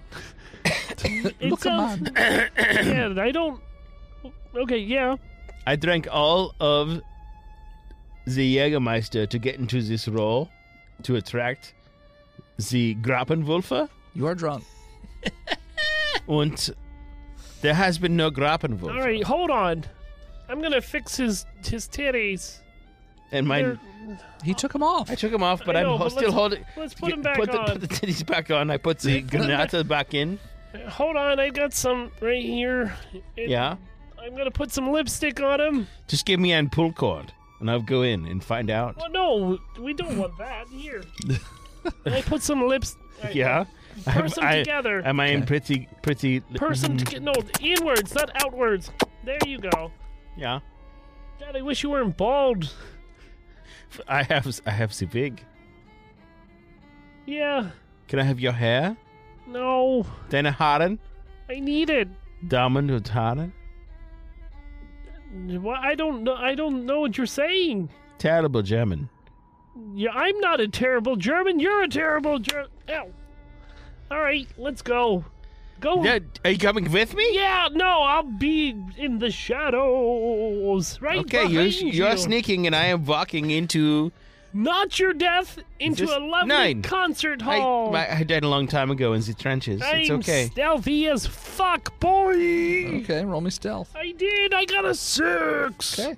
B: It
D: Look
B: sounds-
D: man.
B: yeah, I don't. Okay, yeah.
F: I drank all of the Jägermeister to get into this role to attract the Grappenwulfer,
D: You are drunk.
F: and there has been no Grappenwulfer.
B: All right, hold on. I'm gonna fix his his titties.
F: and mine.
B: They're-
D: He took him off.
F: I took them off, but
B: I know,
F: I'm ho-
B: but
F: still
B: let's-
F: holding.
B: let's put 'em back
F: put the,
B: on.
F: Put the titties back on. I
B: [laughs]
F: put the granata back in.
B: Hold on, I got some right here. It-
F: Yeah.
B: I'm gonna put some lipstick on him.
F: Just give me an pull cord, and I'll go in and find out.
B: Well, Oh, no, we don't want that.
F: [laughs]
B: Here. I put some lips. Alright,
F: Yeah.
B: Purse them
F: I-
B: together.
F: Am I in pretty, pretty?
B: Purse
F: [laughs]
B: them to no inwards, not outwards. There you go.
F: Yeah.
B: God, I wish you weren't bald.
F: I have, I have the wig.
B: Yeah.
F: Can I have your hair?
B: No,
F: Then a Haaren,
B: I need it.
F: diamond with Haaren.
B: Why- I don't know. I don't know what you're saying.
F: Terrible German.
B: Yeah, I'm not a terrible German. You're a terrible German. Ow. All right, let's go. Go.
F: Yeah, are you coming with me?
B: Yeah, no, I'll be in the shadows. Right
F: Okay, you're,
B: behind
F: you're
B: you.
F: sneaking, and I am walking into.
B: Not your death into
F: Just-
B: a lovely
F: Nine.
B: concert
F: I,
B: hall.
F: my- I died a long time ago in the trenches.
B: am
F: it's okay.
B: stealthy as fuck, boy.
F: Oh.
D: Okay, roll me stealth.
B: I did. I got a six.
D: Okay.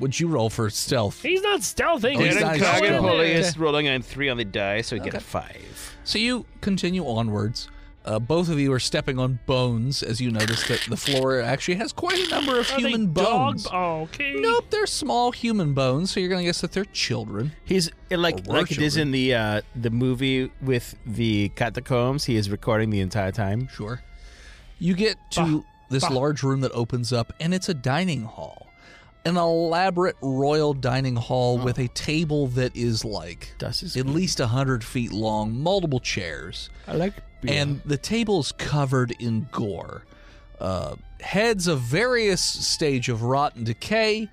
D: Would you roll for stealth?
B: He's not stealthing.
D: Oh, he's
B: He's
D: not
B: just
D: stealthing.
B: going in
D: Dragon
B: there.
D: is
F: rolling on three on the die, so I get a five.
D: So you continue onwards. Uh, both of you are stepping on bones as you notice that the floor actually has quite a number of
B: Are they dog-
D: human bones.
B: Oh, okay.
D: Nope, they're small human bones, so you're gonna guess that they're children.
F: He's it like
D: Or
F: like it is
D: children.
F: in the uh, the movie with the catacombs. He is recording the entire time.
D: Sure. You get to this large room that opens up, and it's a dining hall. An elaborate royal dining hall with a table that is like
F: Dust is
D: at least 100 feet long, multiple chairs.
F: I like
D: And the table's covered in gore. Uh, heads of various stage of rot and decay,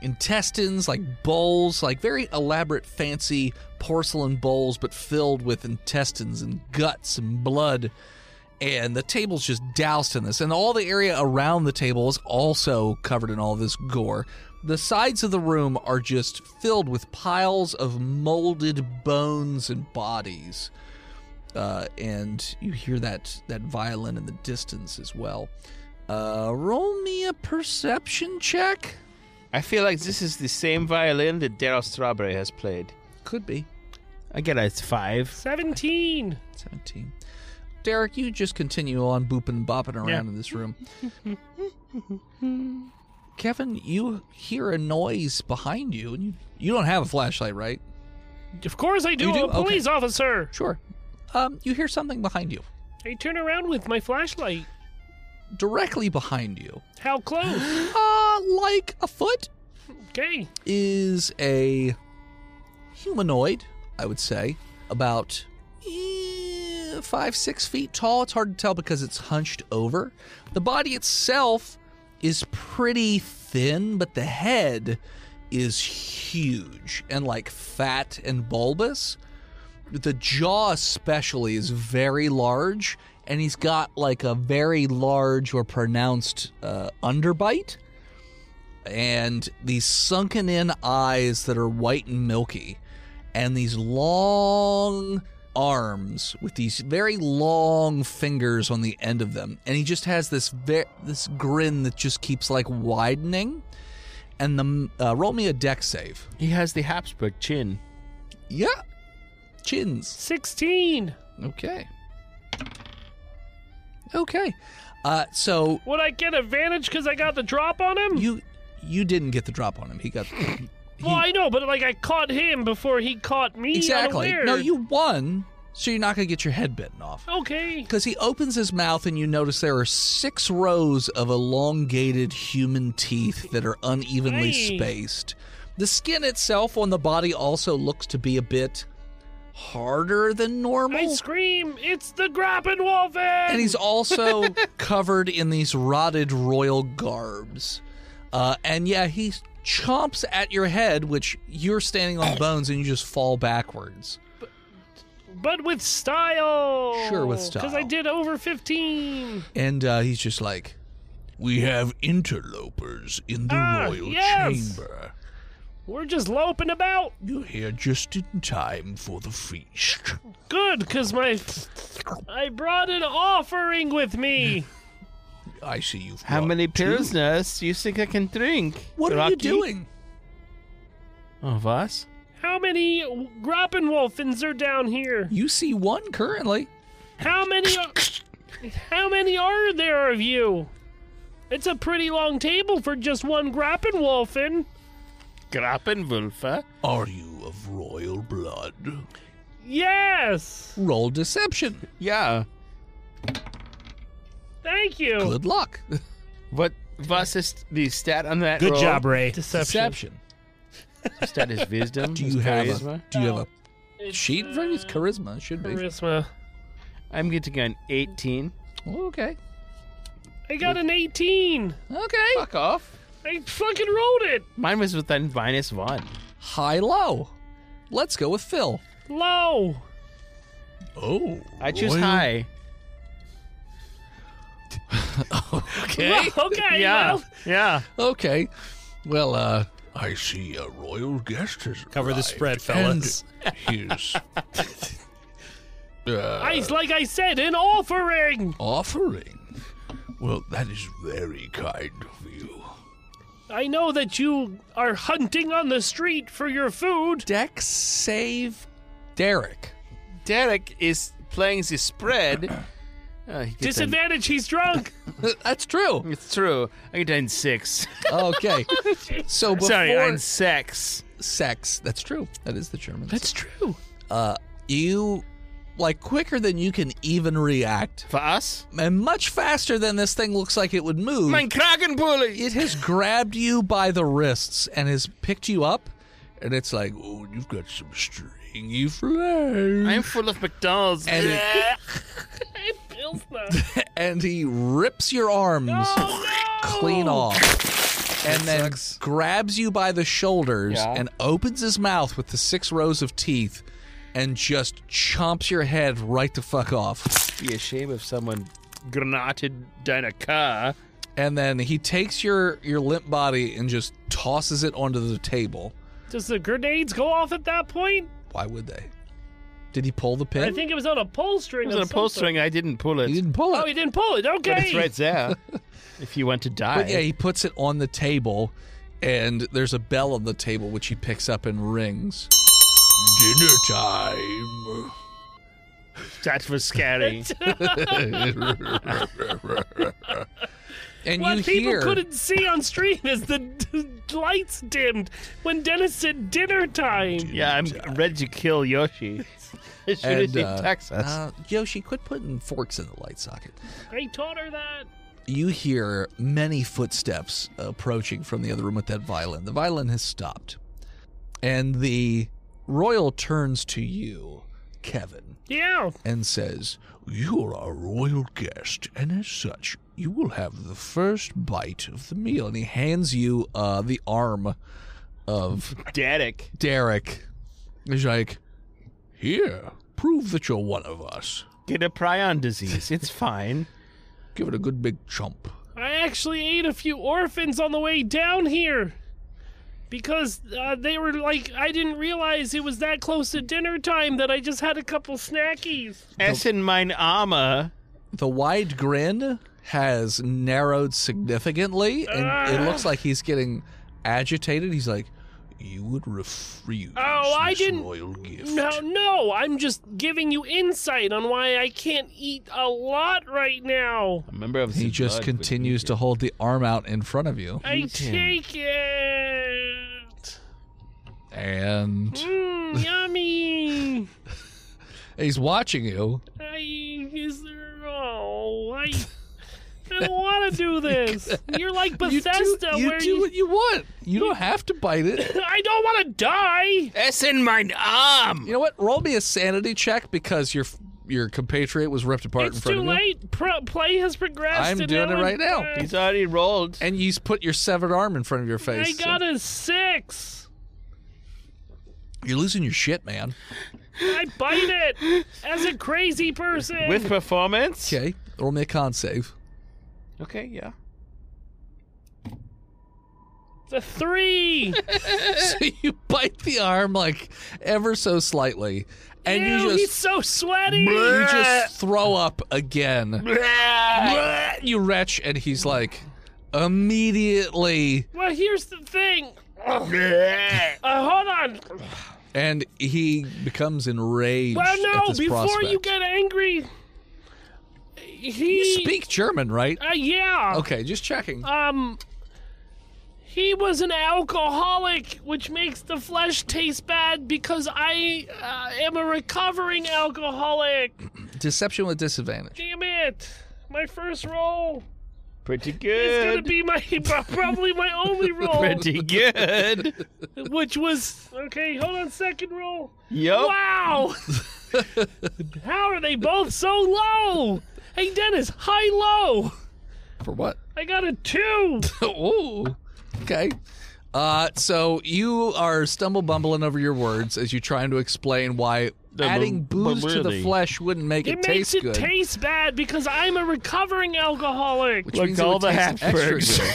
D: intestines like bowls, like very elaborate, fancy porcelain bowls, but filled with intestines and guts and blood. And the table's just doused in this. And all the area around the table is also covered in all this gore. The sides of the room are just filled with piles of molded bones and bodies uh, and you hear that that violin in the distance as well. Uh, roll me a perception check.
F: I feel like this is the same violin that Daryl Strawberry has played.
D: Could be
F: I get a five.
B: Seventeen.
D: seventeen. Derek, you just continue on booping and bopping around
F: Yeah.
D: in this room. Kevin, you hear a noise behind you, and you you don't have a flashlight, right?
B: Of course I do.
D: You do?
B: I'm a police officer.
D: Sure. Um, you hear something behind you,
B: I turn around with my flashlight.
D: directly behind you,
B: How
D: [gasps]
B: close?
D: uh, like a foot.
B: okay.
D: is a humanoid, I would say, about eh, five, six feet tall. It's hard to tell because it's hunched over. The body itself is pretty thin, but the head is huge and like fat and bulbous. The jaw, especially, is very large, and he's got like a very large or pronounced uh, underbite and these sunken in eyes that are white and milky, and these long arms with these very long fingers on the end of them. And he just has this ve- this grin that just keeps like widening. And the uh, roll me a deck save.
F: He has the Habsburg chin.
D: Yeah, chins.
B: Sixteen.
D: Okay. Okay. Uh, so
B: Would I get advantage because I got the drop on him?
D: you you didn't get the drop on him. He got
B: well, I know, but like I caught him before he caught me.
D: exactly.
B: unaware.
D: No, you won, so you're not gonna get your head bitten off.
B: Okay.
D: Because he opens his mouth and you notice there are six rows of elongated human teeth that are unevenly
B: Hey.
D: spaced. The skin itself on the body also looks to be a bit harder than
B: I
D: normal.
B: scream! It's the Grappenwolfen!
D: Oh. And he's also covered in these rotted royal garbs. Uh, and yeah, he chomps at your head, which you're standing on bones and you just fall backwards.
B: but with style.
D: Sure, with
B: Because I
D: style.
B: did over fifteen.
D: And uh, he's just like, We have interlopers in the
B: Ah,
D: royal
B: yes.
D: chamber.
B: We're just loping about.
D: You're here just in time for the feast.
B: Good, because my I brought an offering with
D: [laughs]
B: me.
D: I see you've.
F: How
D: brought
F: many
D: two.
F: pilsners do you think I can drink?
D: What are you
F: Rocky?
D: doing?
F: Oh, was?
B: How many Grappenwolfens are down here?
D: You see one currently.
B: How many? Are, how many are there of you? It's a pretty long table for just one Grappenwolfen.
F: Grappenwulfer.
D: Are you of royal blood?
B: Yes.
D: Roll deception.
F: Yeah.
B: Thank you.
D: Good luck.
F: What was is the stat on that?
E: Good
F: roll?
E: job, Ray.
D: Deception.
F: Stat is wisdom.
D: Do you have a? Do you have a
B: It's,
D: sheet in front of you? It's charisma. It should be.
B: Charisma.
F: I'm getting an 18.
D: Okay.
B: I got an 18.
D: Okay.
F: Fuck off.
B: I fucking rolled it.
F: Mine was with an minus one.
D: High low. Let's go with Phil.
B: Low.
D: Oh.
F: I choose high.
D: Okay.
B: [laughs] Okay.
F: Yeah.
B: Well,
F: Yeah.
D: okay. Well, uh, I see a royal guest has
E: Cover the spread,
D: And
E: fellas.
D: his uh,
B: I, like I said, an offering.
D: offering. Well, that is very kind of you.
B: I know that you are hunting on the street for your food.
D: Dex save Derek. [laughs]
F: Derek is playing the spread. Uh, he gets a-
B: Disadvantage, he's
F: [laughs]
B: drunk.
D: That's true.
F: It's true. I get down six.
D: Okay. So
F: [laughs]
D: before
F: Sorry, I'm sex.
D: sex, that's true. That is the German.
B: That's true.
D: uh, you like quicker than you can even react,
F: For us?
D: and much faster than this thing looks like it would move.
F: Mein Kragenpulli!
D: it has grabbed you by the wrists and has picked you up, and it's like, oh, you've got some stringy flesh.
F: I'm full of McDonald's.
D: and it
B: It feels that.
D: and he rips your arms clean off and then grabs you by the shoulders and opens his mouth with the six rows of teeth and just chomps your head right the fuck off
F: be ashamed if someone granated down a car.
D: and then he takes your your limp body and just tosses it onto the table
B: Does the grenades go off at that point?
D: why would they did he pull the pin
B: I think it was on a pull string.
F: It was on
B: of
F: a pull
B: some sort.
F: string. I didn't pull
D: he
F: it.
D: didn't pull
B: Oh,
D: it
B: he didn't pull it. Okay.
F: But it's right there. [laughs] if you want to die.
D: but yeah he puts it on the table and there's a bell on the table which he picks up and rings dinner time
F: That was [laughs] scary.
D: And
B: What
D: you
B: people
D: hear,
B: couldn't see on stream is the [laughs] d- lights dimmed when Dennis said dinner time.
F: yeah, I'm ready to kill [laughs] Yoshi. As soon as
D: and,
F: he
D: uh,
F: attacks us.
D: uh, Yoshi, quit putting forks in the light socket.
B: I taught her that.
D: You hear many footsteps approaching from the other room with that violin. The violin has stopped, and the royal turns to you, Kevin,
B: Yeah.
D: and says, "You are our royal guest, and as such, you will have the first bite of the meal." And he hands you uh, the arm of
F: Ah. Derek.
D: Derek. He's like, "Here, prove that you're one of us."
F: Get a prion disease. [laughs] It's fine.
D: Give it a good big chomp.
B: I actually ate a few orphans on the way down here because uh, they were like, I didn't realize it was that close to dinner time that I just had a couple snackies.
F: S in mine armor.
D: The wide grin has narrowed significantly, and it looks like he's getting agitated. He's like, "You would refuse
B: Oh, I
D: this
B: didn't-
D: royal gift."
B: No, no, I'm just giving you insight on why I can't eat a lot right now.
F: A member of
D: He
F: the
D: just
F: blood would
D: continues
F: eat
D: to hold the arm out in front of you,
B: I
F: Eat him.
B: take it.
D: and
B: Mmm, yummy.
D: he's watching you.
B: I is there, oh, I, I don't want
D: [laughs]
B: to do this. You're like Bethesda,
D: Oh you do, you
B: where
D: do
B: you,
D: what you want.
B: [laughs]
D: You don't have to bite it.
B: I don't want to die.
F: it. S in mine arm.
D: You know what? Roll me a sanity check because your your compatriot was ripped apart in
B: It's
D: front
B: too
D: of you.
B: late. Pro- play has progressed.
D: I'm
B: and
D: doing
B: now
D: it right now.
B: uh,
F: He's already rolled.
D: And you put your severed arm in front of your face.
B: I
D: so-
B: got a six.
D: You're losing your shit, man.
B: I bite
D: [laughs]
B: it as a crazy person.
F: With performance?
D: Okay, roll me a con save. [laughs]
F: Okay, yeah.
B: the
D: [laughs]
B: three.
D: so you bite the arm like ever so slightly, and
B: Ew,
D: you
B: he's
D: just
B: so sweaty.
D: you just throw up again. you retch, and he's like immediately,
B: Well, here's the thing. Uh, hold on.
D: and he becomes enraged.
B: Well,
D: at
B: no,
D: this
B: before you
D: prospect.
B: get angry, he
D: you speak German, right?
B: Uh, yeah.
D: Okay, just checking.
B: Um, he was an alcoholic, which makes the flesh taste bad because I uh, am a recovering alcoholic.
D: Deception with disadvantage.
B: Damn it! My first roll
F: Pretty
B: is gonna
F: good.
B: be my [laughs] probably my only
D: [laughs]
B: roll,
F: Pretty [laughs] good.
B: which was okay. Hold on, second roll.
D: Oh.
F: yup.
D: [laughs]
B: Wow! How are they both so low? Hey, Dennis, high low. [laughs]
D: For what?
B: I got a two.
D: [laughs] Ooh. Okay. Uh, so you are stumble bumbling over your words as you're trying to explain why
F: The
D: adding
F: bu-
D: booze to the
F: bubbly.
D: flesh wouldn't make it,
B: It makes
D: taste
B: it
D: good.
B: taste bad because I'm a recovering alcoholic.
D: which
F: Look,
D: means it
F: all
D: would
F: the
D: taste extra
F: Habsburgs. [laughs]
D: good.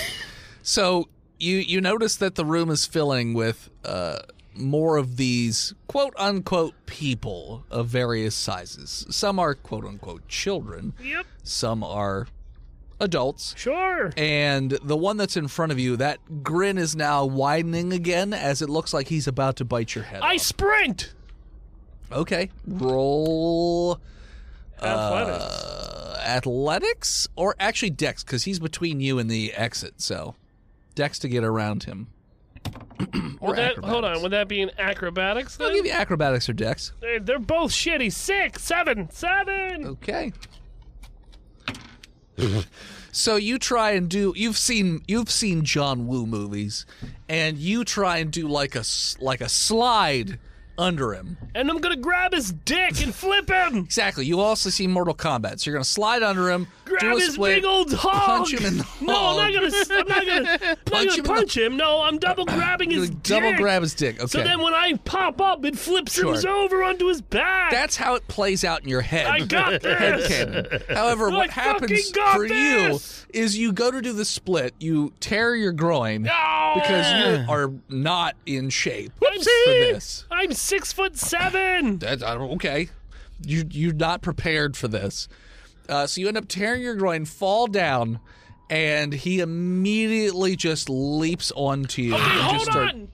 D: so you you notice that the room is filling with uh, more of these quote unquote people of various sizes. Some are quote unquote children.
B: Yep.
D: Some are adults.
B: Sure.
D: And the one that's in front of you, that grin is now widening again as it looks like he's about to bite your head.
B: I
D: off.
B: sprint.
D: Okay. Roll
B: Athletics.
D: uh, athletics or actually dex because he's between you and the exit. So dex to get around him. [clears throat] or
B: Would that, hold
D: acrobatics.
B: on. Would that be an acrobatics?
D: I'll
B: then?
D: give you acrobatics or dex.
B: They- They're both shitty. Six, seven, seven.
D: Okay. [laughs] so you try and do you've seen you've seen John Woo movies and you try and do like a s- like a slide under him.
B: And I'm gonna grab his dick and flip him.
D: Exactly. You also see Mortal Kombat. So you're going to slide under him, [laughs] do
B: Grab
D: a
B: his
D: split,
B: big old hog.
D: punch him in the
B: [laughs] no,
D: hog.
B: I'm not gonna. s- I'm not
D: [laughs]
B: gonna. I'm not
D: Punch
B: gonna
D: him in the-
B: punch him. No, I'm
D: [coughs]
B: double grabbing his dick.
D: double grab his dick. Okay.
B: So then when I pop up, it flips him
D: Sure.
B: over onto his back.
D: That's how it plays out in your head.
B: I
D: [laughs]
B: got this.
D: Headcanon. However,
B: I
D: what
B: fucking
D: happens
B: got
D: for
B: this.
D: you is you go to do the split, you tear your groin
B: No.
D: because you are not in shape
B: I'm,
D: for this.
B: Oh, I'm six foot seven.
D: That's I don't, okay. You you're not prepared for this, uh, so you end up tearing your groin, fall down, and he immediately just leaps onto you.
B: Hey,
D: and
B: hold
D: just start-
B: on.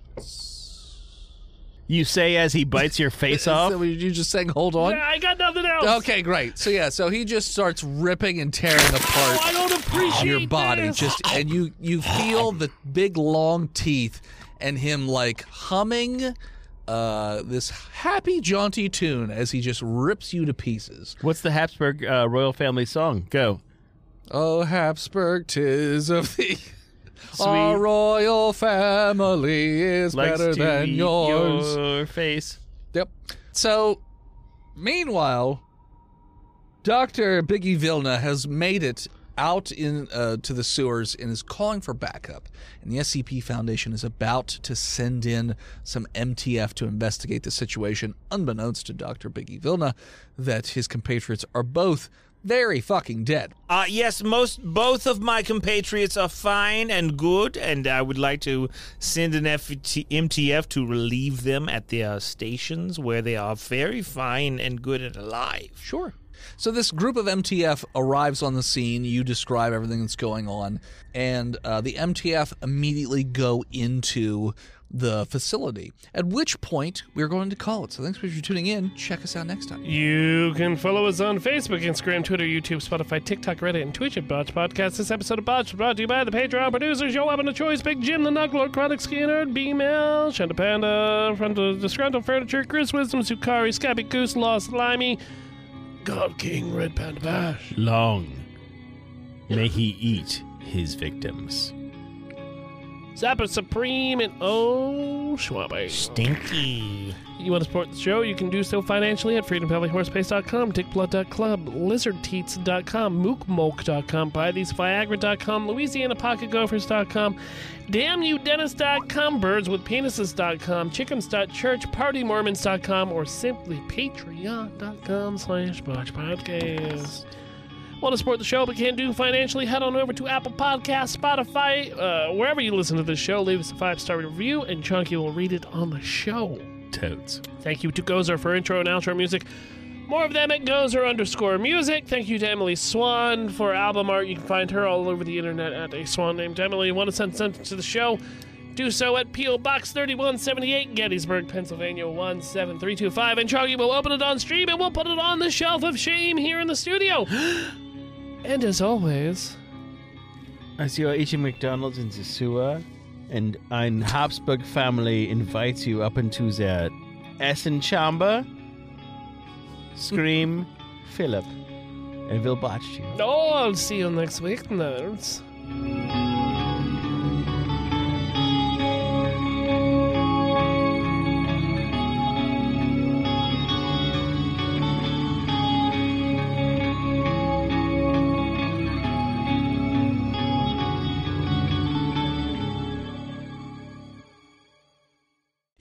F: You say as he bites your
G: [laughs]
F: face off.
D: So were you just saying hold on?
B: Yeah, I got nothing else.
D: Okay, great. So yeah, so he just starts ripping and tearing
B: Oh, I
D: apart
B: don't appreciate
D: your body,
B: this.
D: just and you you feel the big long teeth and him like humming uh this happy jaunty tune as he just rips you to pieces.
F: What's the Habsburg uh, royal family song? Go.
D: Oh Habsburg, tis of thee. [laughs] Our royal family is
F: Likes
D: better
F: to
D: than
F: eat
D: yours.
F: Your face.
D: Yep. So, meanwhile, Doctor Biggie Vilna has made it out in uh, to the sewers and is calling for backup. And the SCP Foundation is about to send in some MTF to investigate the situation, unbeknownst to Doctor Biggie Vilna, that his compatriots are both very fucking dead.
E: Uh, yes, most both of my compatriots are fine and good, and I would like to send an FT- MTF to relieve them at their stations where they are very fine and good and alive.
D: Sure. So this group of MTF arrives on the scene. You describe everything that's going on, and uh, the MTF immediately go into the facility. At which point we're going to call it. So thanks for tuning in. Check us out next time.
B: You can follow us on Facebook, Instagram, Twitter, YouTube, Spotify, TikTok, Reddit, and Twitch at Botch Podcast. This episode of Botch was brought to you by the Patreon producers Yo Weapon of Choice, Big Jim, The Knuckler, Chronic Skinner, B-Mail, Shanda Panda, Front of Disgruntled Furniture, Chris Wisdom, Sukari, Scabby Goose, Lost Limey, God King, Red Panda Bash.
F: Long may he eat his victims.
B: Zapper Supreme and Oh Schwabe.
E: Stinky.
B: You want to support the show? You can do so financially at freedomvalleyhorsepace.com, dickblood.club, lizardteats.com, mookmolk.com, buytheseviagra.com, louisianapocketgophers.com, damnyoudennis.com, birdswithpenises.com, chickens.church, partymormons.com, or simply patreon.com slash podcast. Want to support the show but can't do financially? Head on over to Apple Podcasts, Spotify, uh, wherever you listen to this show. Leave us a five star review, and Chunky will read it on the show.
F: Toads.
B: Thank you to Gozer for intro and outro music. More of them at Gozer underscore music. Thank you to Emily Swan for album art. You can find her all over the internet at a swan named Emily. Want to send something to the show? Do so at P.O. Box 3178, Gettysburg, Pennsylvania 17325. And Choggy will open it on stream and we'll put it on the shelf of shame here in the studio. and as always,
F: As you are eating McDonald's in the sewer, and ein Habsburg family invites you up into their Essen chamber,
G: [laughs]
F: scream Philip, and we'll botch you.
B: oh, I'll see you next week, nerds.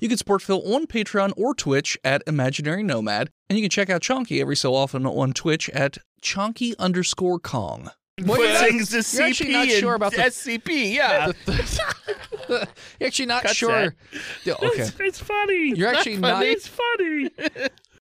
D: You can support Phil on Patreon or Twitch at Imaginary Nomad, and you can check out Chonky every so often on Twitch at Chonky underscore Kong.
G: Well, you're,
F: Things to
G: you're actually not
F: CP
G: sure
F: and
G: about the.
F: SCP, yeah.
G: You're actually not
F: Cut
G: sure.
F: that.
G: Yeah, okay.
F: [laughs]
B: It's funny.
G: You're actually not.
B: It's funny.